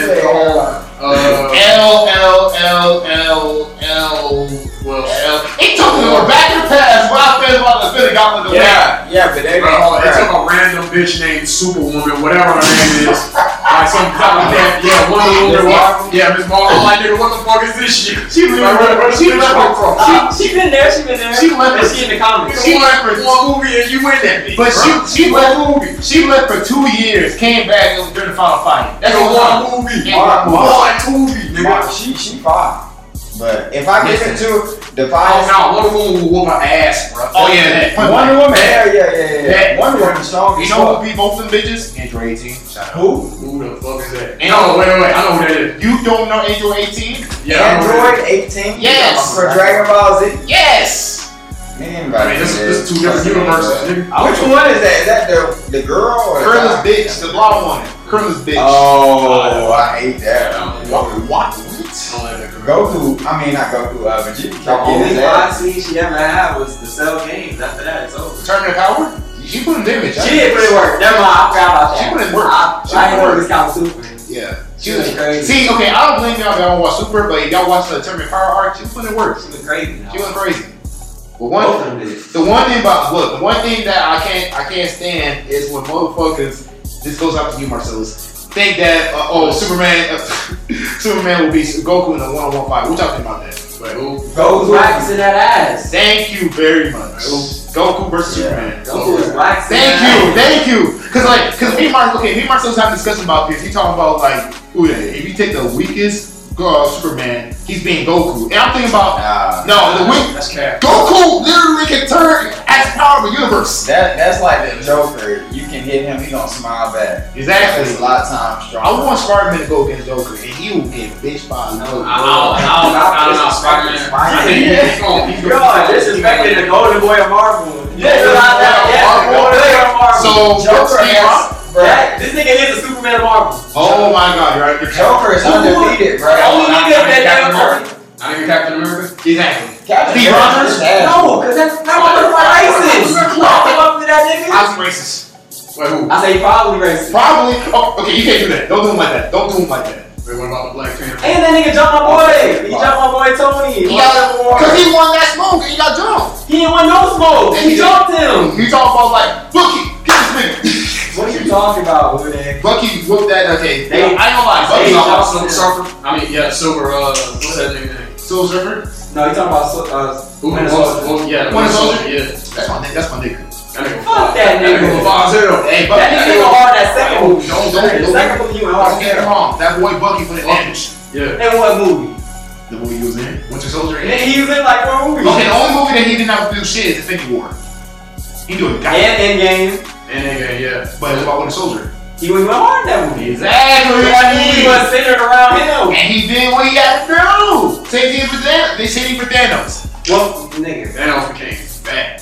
Speaker 8: uh,
Speaker 6: L L L L L. Well, L. It took him we're back in the past. What I feel about the Philly Goblin. the back.
Speaker 5: Yeah, yeah, but they
Speaker 8: bro, they took a random bitch named Superwoman, whatever her name is. like some kind of that. Yeah, Wonder
Speaker 5: Miss
Speaker 8: Woman. What? Yeah, Miss Marvel. I'm like, nigga, what the fuck is this shit?
Speaker 6: She was
Speaker 8: Like, where, where did
Speaker 6: she
Speaker 8: this
Speaker 6: left her
Speaker 8: come from?
Speaker 4: Uh, she been there. She been there.
Speaker 6: She left
Speaker 4: And She in the comics.
Speaker 6: She
Speaker 8: She
Speaker 6: went for-
Speaker 8: went one movie and you win that bitch.
Speaker 6: But
Speaker 8: bro.
Speaker 6: she she left she left for two years, came back and was during the final fight. That's what
Speaker 8: That's
Speaker 6: one.
Speaker 8: one movie.
Speaker 6: Yeah.
Speaker 8: One movie, nigga.
Speaker 5: She she fine. But if I get
Speaker 6: Listen.
Speaker 5: into the
Speaker 8: Oh
Speaker 5: five
Speaker 8: no, Wonder Woman will whoop her ass, bro.
Speaker 6: Oh yeah, that.
Speaker 5: Wonder Woman, yeah, yeah, yeah,
Speaker 6: That-
Speaker 5: yeah. Wonder Woman strong
Speaker 6: You
Speaker 5: as
Speaker 6: know
Speaker 5: fuck.
Speaker 6: who beat both of them bitches? Andrew 18. Shout out.
Speaker 5: Who?
Speaker 8: Who the fuck is that? No, wait, wait, wait. I know who that is.
Speaker 6: You don't know Angel 18?
Speaker 8: Yeah, I know who that is.
Speaker 5: Android 18?
Speaker 6: Yes.
Speaker 5: For Dragon Ball Z?
Speaker 6: Yes!
Speaker 5: Anybody
Speaker 8: I mean, this,
Speaker 5: can
Speaker 8: this
Speaker 5: do
Speaker 8: two different
Speaker 5: that.
Speaker 8: universes, nigga.
Speaker 5: Which one is that? Is that the, the girl or the
Speaker 6: Curlis
Speaker 5: guy?
Speaker 6: bitch, the blonde one. Curlis bitch.
Speaker 5: Oh, I hate that.
Speaker 8: I
Speaker 6: what? What?
Speaker 8: don't like that girl.
Speaker 5: Goku, I mean, not Goku, uh, Vegeta.
Speaker 4: The
Speaker 5: kept getting
Speaker 4: only
Speaker 5: his ass.
Speaker 4: boxing she ever had was the Cell games. After that, it's over.
Speaker 6: Turn the power? She put in damage.
Speaker 4: She did put in work. Never mind. I forgot about that.
Speaker 6: She put in work.
Speaker 4: I,
Speaker 6: She
Speaker 4: I
Speaker 6: put
Speaker 4: ain't
Speaker 6: in
Speaker 4: heard
Speaker 6: work.
Speaker 4: this kind of super.
Speaker 6: Yeah.
Speaker 4: She
Speaker 6: She
Speaker 4: was
Speaker 6: was
Speaker 4: crazy.
Speaker 6: See, okay, I don't blame y'all if y'all don't watch Super, but if y'all watch the Terminator Power arc, she was putting in work.
Speaker 4: She was crazy.
Speaker 6: She went crazy. But one
Speaker 4: Both of them did.
Speaker 6: The one thing about look, the one thing that I can't I can't stand is when motherfuckers. This goes out to you, Marcellus. Think that uh, oh Superman, Superman will be Goku in a one on one fight. We're talking about that.
Speaker 8: Wait, who?
Speaker 4: Goku's waxing that ass.
Speaker 6: Thank you very much. Goku versus
Speaker 5: Yeah.
Speaker 6: Superman.
Speaker 4: Goku was waxing
Speaker 6: Thank
Speaker 4: that
Speaker 6: you, thank you. Cause like, cause me and Mark, okay, me and Marcellus have a discussion about this. He talking about like, ooh, if you take the weakest uh, Superman, he's being Goku, and I'm thinking about
Speaker 5: Nah.
Speaker 6: no, the weak
Speaker 8: That's Cap.
Speaker 6: Goku literally can turn as the power of the universe.
Speaker 5: That, that's like the Joker. You can hit him, he gonna smile back. It's a
Speaker 6: Exactly.
Speaker 5: lot of
Speaker 6: I
Speaker 5: times stronger.
Speaker 6: want Spider-Man to go against Joker, and he will get bitched by a
Speaker 5: Oh.
Speaker 8: I
Speaker 6: no.
Speaker 8: don't, I don't, I don't know. Spider Man. I think he's going.
Speaker 4: ass.
Speaker 8: He's going.
Speaker 4: God, this is back in the golden boy of Marvel.
Speaker 5: Yeah,
Speaker 4: Realize that.
Speaker 5: yeah,
Speaker 4: Yeah,
Speaker 5: Marvel.
Speaker 4: golden boy of Marvel.
Speaker 6: So
Speaker 5: Joker
Speaker 6: Steve Rock-
Speaker 5: has, bro.
Speaker 4: That- this nigga is the Superman of Marvel.
Speaker 6: Oh my God, you're right. You're
Speaker 5: Joker is undefeated, bro.
Speaker 4: The only nigga
Speaker 8: I think Captain
Speaker 4: that
Speaker 8: America. I think Captain America.
Speaker 6: Exactly.
Speaker 5: Captain
Speaker 6: Steve
Speaker 5: America
Speaker 6: Rogers?
Speaker 5: is ass.
Speaker 4: No, because that's that motherfucker racist. I came up to that nigga.
Speaker 6: I was racist.
Speaker 8: Wait, who?
Speaker 4: I say probably racist.
Speaker 6: Probably. Oh, okay, you can't do that. Don't do him like that. Don't do him like that.
Speaker 8: Wait, what about the Black Panther?
Speaker 4: And that nigga jumped my boy. He jumped my boy Tony. He,
Speaker 6: Because he won that smoke and he got jumped.
Speaker 4: he didn't want no smoke. He jumped him.
Speaker 6: You talking about like, Bucky, get this
Speaker 4: What you
Speaker 6: nigga.
Speaker 4: talking about, Oh, man?
Speaker 6: Bucky whooped that, okay.
Speaker 4: They-
Speaker 6: I ain't gonna lie,
Speaker 4: they-
Speaker 6: Bucky lost.
Speaker 8: Silver Surfer. I mean, yeah, Silver. Uh, what's that nigga name?
Speaker 6: Silver Surfer?
Speaker 4: No, you talking about so- uh,
Speaker 8: Who?
Speaker 4: Winter
Speaker 8: who-
Speaker 4: Soldier.
Speaker 8: who- Yeah,
Speaker 6: Winter Soldier?
Speaker 8: Yeah.
Speaker 6: That's my nigga. That's my nigga.
Speaker 8: That nigga.
Speaker 4: Fuck that nigga.
Speaker 8: was wild as hell.
Speaker 6: Hey, Bucky.
Speaker 4: That nigga nigga hard that second movie.
Speaker 6: Don't, don't,
Speaker 4: The
Speaker 6: don't.
Speaker 4: second movie he went
Speaker 6: Don't
Speaker 4: hard.
Speaker 6: get it wrong. That boy Bucky for the damage.
Speaker 8: Yeah.
Speaker 4: In what movie?
Speaker 6: The movie he was in, Winter Soldier.
Speaker 4: And then he was in like four movies.
Speaker 6: Okay, the only movie that he did not do shit is Infinity War. He doing goddamn,
Speaker 4: And Endgame.
Speaker 8: And nigga, yeah.
Speaker 6: but it's about Winter Soldier.
Speaker 4: He was went hard in that movie.
Speaker 6: Exactly
Speaker 4: That movie was centered around him.
Speaker 6: And he did what he got to do. Same thing for Thanos. They same thing for Thanos.
Speaker 4: Well, nigga.
Speaker 8: Thanos became fat.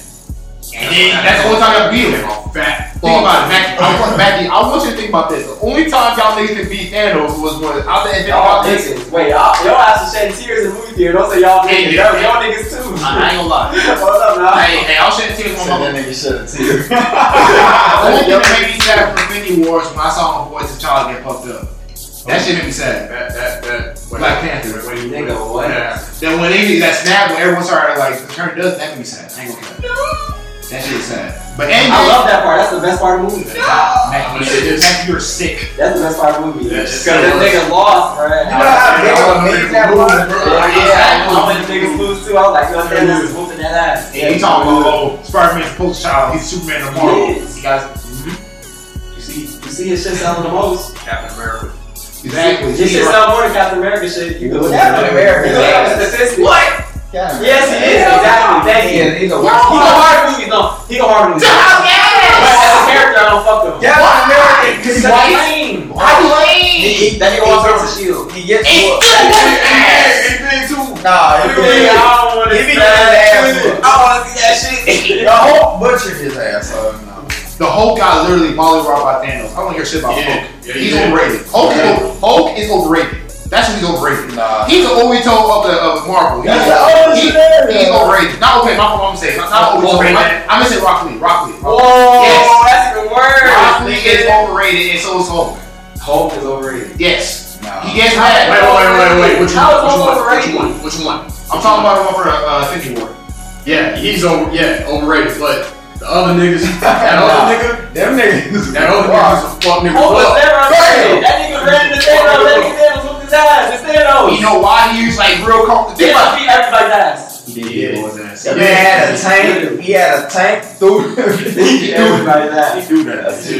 Speaker 6: And then that's the whole time I beat him.
Speaker 8: Fat.
Speaker 6: Think about it, Mackie. I want, Mackie, I want you to think about this. The only time y'all niggas can beat Thanos was when I bet
Speaker 4: Y'all
Speaker 6: y'all
Speaker 4: niggas, wait, y'all, y'all have to shed tears in movie theater. Don't say y'all
Speaker 6: Yeah,
Speaker 4: niggas.
Speaker 6: yeah. Uh-huh.
Speaker 4: Y'all, y'all niggas too.
Speaker 6: I, I ain't gonna lie.
Speaker 4: Hold up now.
Speaker 6: Hey, hey, I'll shed tears on my
Speaker 5: Said that
Speaker 6: mother.
Speaker 5: nigga should have too.
Speaker 6: The only thing that made me sad for Infinity Wars when I saw my boy T'Challa get fucked up. That shit made me sad.
Speaker 8: That, that, that. what
Speaker 6: Black
Speaker 8: happened?
Speaker 6: Panther.
Speaker 8: What you
Speaker 4: Nigga, what?
Speaker 8: what- happened?
Speaker 6: Then when they did that snap, when everyone started like turn does that made me sad. I ain't gonna care. That shit is sad. But anyway,
Speaker 4: I love that part. That's the best part of the movie.
Speaker 6: Mac, you should- Mac, you're sick.
Speaker 4: That's the best part of the movie.
Speaker 8: That's
Speaker 4: Because that nigga lost, right?
Speaker 5: You know how big of a meme that was?
Speaker 4: Yeah, yeah, I was the biggest lose too. I was like, yo, Thanos is whooping that ass.
Speaker 6: And you talking about oh, Spider-Man's post child? He's Superman of Marvel.
Speaker 4: He is.
Speaker 6: You guys, mhm.
Speaker 4: You see, you see his shit selling the most.
Speaker 8: Captain America.
Speaker 6: exactly.
Speaker 4: His shit sell more than Captain America shit. You can look at
Speaker 5: Captain
Speaker 4: it. You
Speaker 5: America.
Speaker 4: look at the statistics. What?
Speaker 5: Captain
Speaker 4: Yes, he is.
Speaker 5: America.
Speaker 4: Exactly. Thank you.
Speaker 5: Yeah,
Speaker 4: He
Speaker 5: he's a
Speaker 4: go hard movies. No, he go hard movies. But as a character, I don't fuck with him.
Speaker 5: Captain America.
Speaker 4: He's
Speaker 5: He's
Speaker 4: white. He's
Speaker 5: He, he,
Speaker 4: That nigga
Speaker 5: he
Speaker 4: wants
Speaker 5: gets-
Speaker 4: over the shield.
Speaker 5: He gets
Speaker 6: Hey, too.
Speaker 5: Nah,
Speaker 4: I
Speaker 5: he really-
Speaker 4: don't want to
Speaker 5: He
Speaker 4: see
Speaker 5: be
Speaker 4: that
Speaker 5: getting his ass
Speaker 4: I want to see that shit.
Speaker 5: the Hulk butchered his ass. So no.
Speaker 6: The Hulk got literally molly robbed by Thanos. I don't hear shit about
Speaker 8: Yeah.
Speaker 6: Hulk.
Speaker 8: Yeah, he
Speaker 6: he's
Speaker 8: did.
Speaker 6: overrated. Hulk,
Speaker 5: Yeah.
Speaker 6: is, Hulk is overrated. That's what he's overrated.
Speaker 5: Nah.
Speaker 6: He's the Obito of the of Marvel.
Speaker 5: That's
Speaker 6: He's-
Speaker 5: the oldest
Speaker 6: he-
Speaker 5: scenario.
Speaker 6: He's overrated. Not okay. My fault. I'm saying not, not Obito.
Speaker 8: Wolverine.
Speaker 6: I'm, I'm gonna say Rock Lee. Rock Lee. Rock
Speaker 4: Whoa,
Speaker 6: Yes.
Speaker 4: Oh, that's even worse.
Speaker 6: Lee is overrated, and so is Hulk.
Speaker 4: Hulk is overrated.
Speaker 6: Yes,
Speaker 5: Nah.
Speaker 6: he gets mad.
Speaker 8: Wait, wait, wait, wait, wait. Which
Speaker 4: How is
Speaker 8: one?
Speaker 4: Hulk
Speaker 8: Which
Speaker 4: overrated?
Speaker 8: one? Which one? Which one?
Speaker 6: I'm talking about him over uh, uh, Infinity War.
Speaker 8: Yeah, he's over. Yeah, overrated. But the other niggas, that other nigga,
Speaker 5: Them niggas.
Speaker 8: that other nigga's a fuck nigga.
Speaker 4: Hulk
Speaker 6: Oh,
Speaker 4: was
Speaker 8: Fuck.
Speaker 4: Oh, there on
Speaker 5: Bam.
Speaker 4: Thanos. That nigga ran into Thanos. That nigga Thanos whooped his ass. oh, It's Thanos.
Speaker 6: oh, You know why he was like real comfortable?
Speaker 4: He must beat everybody's ass.
Speaker 6: He
Speaker 8: Yeah.
Speaker 6: did. He
Speaker 5: That
Speaker 6: did.
Speaker 5: man had a tank. He had a tank through.
Speaker 4: Beat everybody's ass.
Speaker 8: do that.
Speaker 4: They,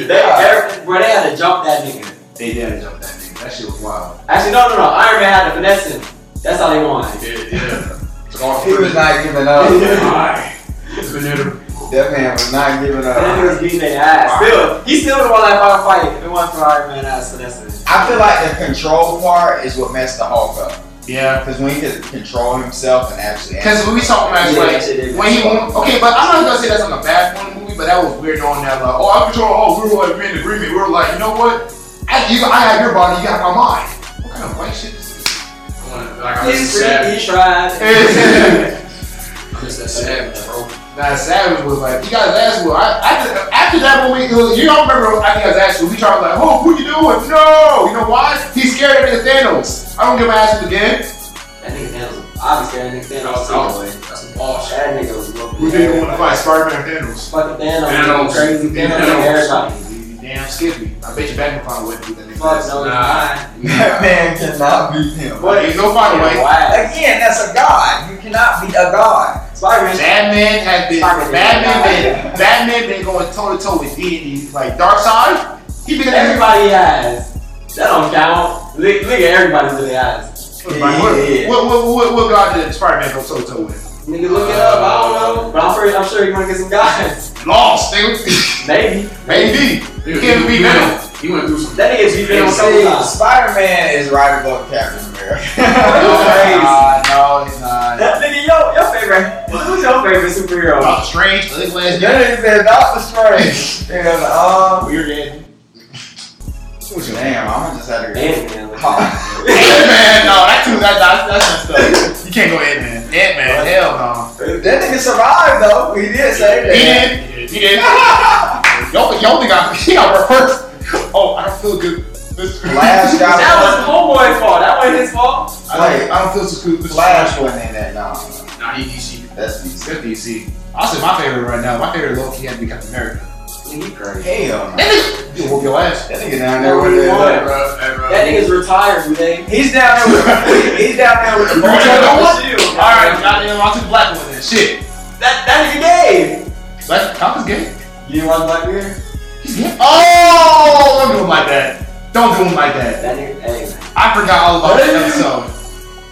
Speaker 4: they, bro, they had to jump that nigga.
Speaker 6: They did jump that nigga. That shit was wild.
Speaker 4: Actually, no, no, no. Iron Man had to finesse him. That's all they wanted.
Speaker 8: Yeah, yeah. Scarf
Speaker 5: He was
Speaker 8: prison.
Speaker 5: not giving up.
Speaker 8: Alright. Banana.
Speaker 5: That man was not giving
Speaker 4: That
Speaker 5: up.
Speaker 4: nigga was beating their ass. Still, he's still the one that fought a fight. If it wasn't for Iron Man ass finesse.
Speaker 5: I feel like the control part is what messed the Hulk up.
Speaker 6: Yeah.
Speaker 5: Because when he could control himself and actually.
Speaker 6: Because we saw him as
Speaker 4: Yeah,
Speaker 6: like
Speaker 4: that shit is-
Speaker 6: when he won. Okay, but I'm not gonna say that's like a bad point in the movie, but that was weird knowing that like, oh, I control. Oh, we were like in agreement. We were like, you know what? I, you, I have your body. You got my mind. What kind of white shit is this?
Speaker 8: I wanna- Like I'm just
Speaker 4: He's free,
Speaker 8: savage.
Speaker 4: he tried.
Speaker 8: I'm just a savage, bro.
Speaker 6: Now Savage was like, you guys asked what I, I just- after that movie, it was, you don't remember I think I was asked what we tried like, oh, what you doing? No, you know why? He's scared of the Thanos. I don't give my ass again.
Speaker 4: That nigga Thanos. Obviously, that nigga
Speaker 8: That
Speaker 4: Thanos
Speaker 8: was
Speaker 4: was awesome.
Speaker 8: awesome. That's a ball shot.
Speaker 4: That nigga was looking.
Speaker 6: We didn't want to fight Spider-Man Thanos.
Speaker 4: Fucking Thanos.
Speaker 8: Thanos.
Speaker 4: Crazy Thanos.
Speaker 8: Thanos.
Speaker 4: Everybody.
Speaker 6: You Damn skippy. I bet you Batman found a way to do that nigga.
Speaker 4: Fuck no, he's
Speaker 8: Nah.
Speaker 4: fine.
Speaker 5: that man cannot beat him.
Speaker 6: But you go find a way.
Speaker 4: Wow.
Speaker 5: Again, that's a god. You cannot beat a god.
Speaker 4: Spider Man.
Speaker 6: Batman has been
Speaker 4: Spider-Man.
Speaker 6: Batman been Batman been going toe to toe with D and E, like Dark Side. He been
Speaker 4: Everybody has. That don't count. Look, look at everybody with their eyes.
Speaker 6: What, what, what, what, what god did Spider-Man go toe to toe with?
Speaker 4: Nigga, look it up. I don't know. But I'm, pretty, I'm sure you're gonna get some guys.
Speaker 6: Lost, nigga.
Speaker 4: Maybe.
Speaker 6: Maybe. You can't be Venom.
Speaker 8: You went through some.
Speaker 4: That nigga's beat
Speaker 5: You
Speaker 4: Venom a couple
Speaker 5: see,
Speaker 4: times.
Speaker 5: Spider Man is right above Captain America. Oh
Speaker 4: crazy.
Speaker 5: Nah, no, he's not.
Speaker 4: That nigga, yo, your favorite. Who's your favorite superhero?
Speaker 6: Doctor Strange, ugly glass
Speaker 5: That nigga said Doctor Strange. And, um,
Speaker 6: Weird head.
Speaker 5: damn, I'm gonna just have to.
Speaker 4: Ant-Man.
Speaker 5: Oh,
Speaker 6: Ant Man, no, that too, that, that, that's messed up. You can't go Ant Man. Ant Man, hell no.
Speaker 5: that nigga survived though. He did say that.
Speaker 6: He did. He did. y'all, y'all think I, he got reversed. Oh, I don't feel good. This
Speaker 5: Flash got
Speaker 4: That was homeboy's fault. That wasn't his fault.
Speaker 6: I don't, I don't feel so good. This-
Speaker 5: Flash wasn't in that. Nah, nah,
Speaker 8: Nah, he DC.
Speaker 5: that's DC.
Speaker 6: Good DC. I'll say my favorite right now. My favorite Loki had to be Captain America.
Speaker 4: He crazy.
Speaker 5: Hell, no.
Speaker 6: That nigga, you whoop your ass.
Speaker 5: that nigga down
Speaker 4: That
Speaker 5: there with
Speaker 4: really
Speaker 5: the.
Speaker 8: Hey, bro. Hey, bro.
Speaker 4: That nigga's retired, man.
Speaker 5: He's down there with. He's down there with the.
Speaker 6: You tell no one?
Speaker 4: Shield.
Speaker 6: Alright, goddamn, I'll take black one then. Shit.
Speaker 4: That, that nigga gay.
Speaker 6: Black, Falcon's gay.
Speaker 4: You didn't watch Black Mirror?
Speaker 6: Oh, don't do him like that. Don't do him like that.
Speaker 4: That nigga, hey man.
Speaker 6: I forgot all about that episode.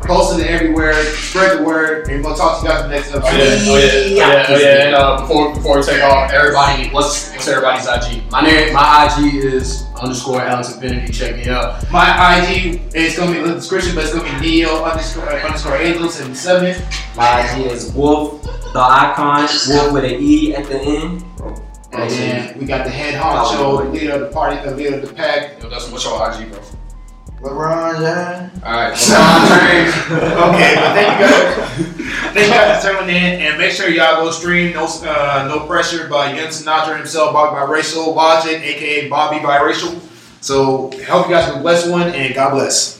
Speaker 6: post it everywhere, spread the word, and we'll talk to you guys in the next
Speaker 8: Oh
Speaker 6: episode.
Speaker 8: yeah, oh yeah, oh yeah, oh yeah. And uh, before before we take off, everybody, what's what's everybody's IG? My name, my IG is underscore Alex Infinity. Check me out.
Speaker 6: My IG is gonna be in the description, but it's gonna be Neo underscore uh, underscore Angel seventy seven.
Speaker 4: My idea is Wolf, the icon, Wolf with an E at the end.
Speaker 8: Oh,
Speaker 6: And then we got the head honcho, leader of the party, the leader of the pack.
Speaker 8: Yo, Dustin, what's your IG, bro?
Speaker 5: LeBron James.
Speaker 8: All right.
Speaker 6: Okay, but thank you guys. Thank you guys for tuning in, and make sure y'all go stream No uh, No Pressure by Young Sinatra himself, Bobby Biracial, watch it, aka Bobby Biracial. So, hope you guys have a blessed one, and God bless.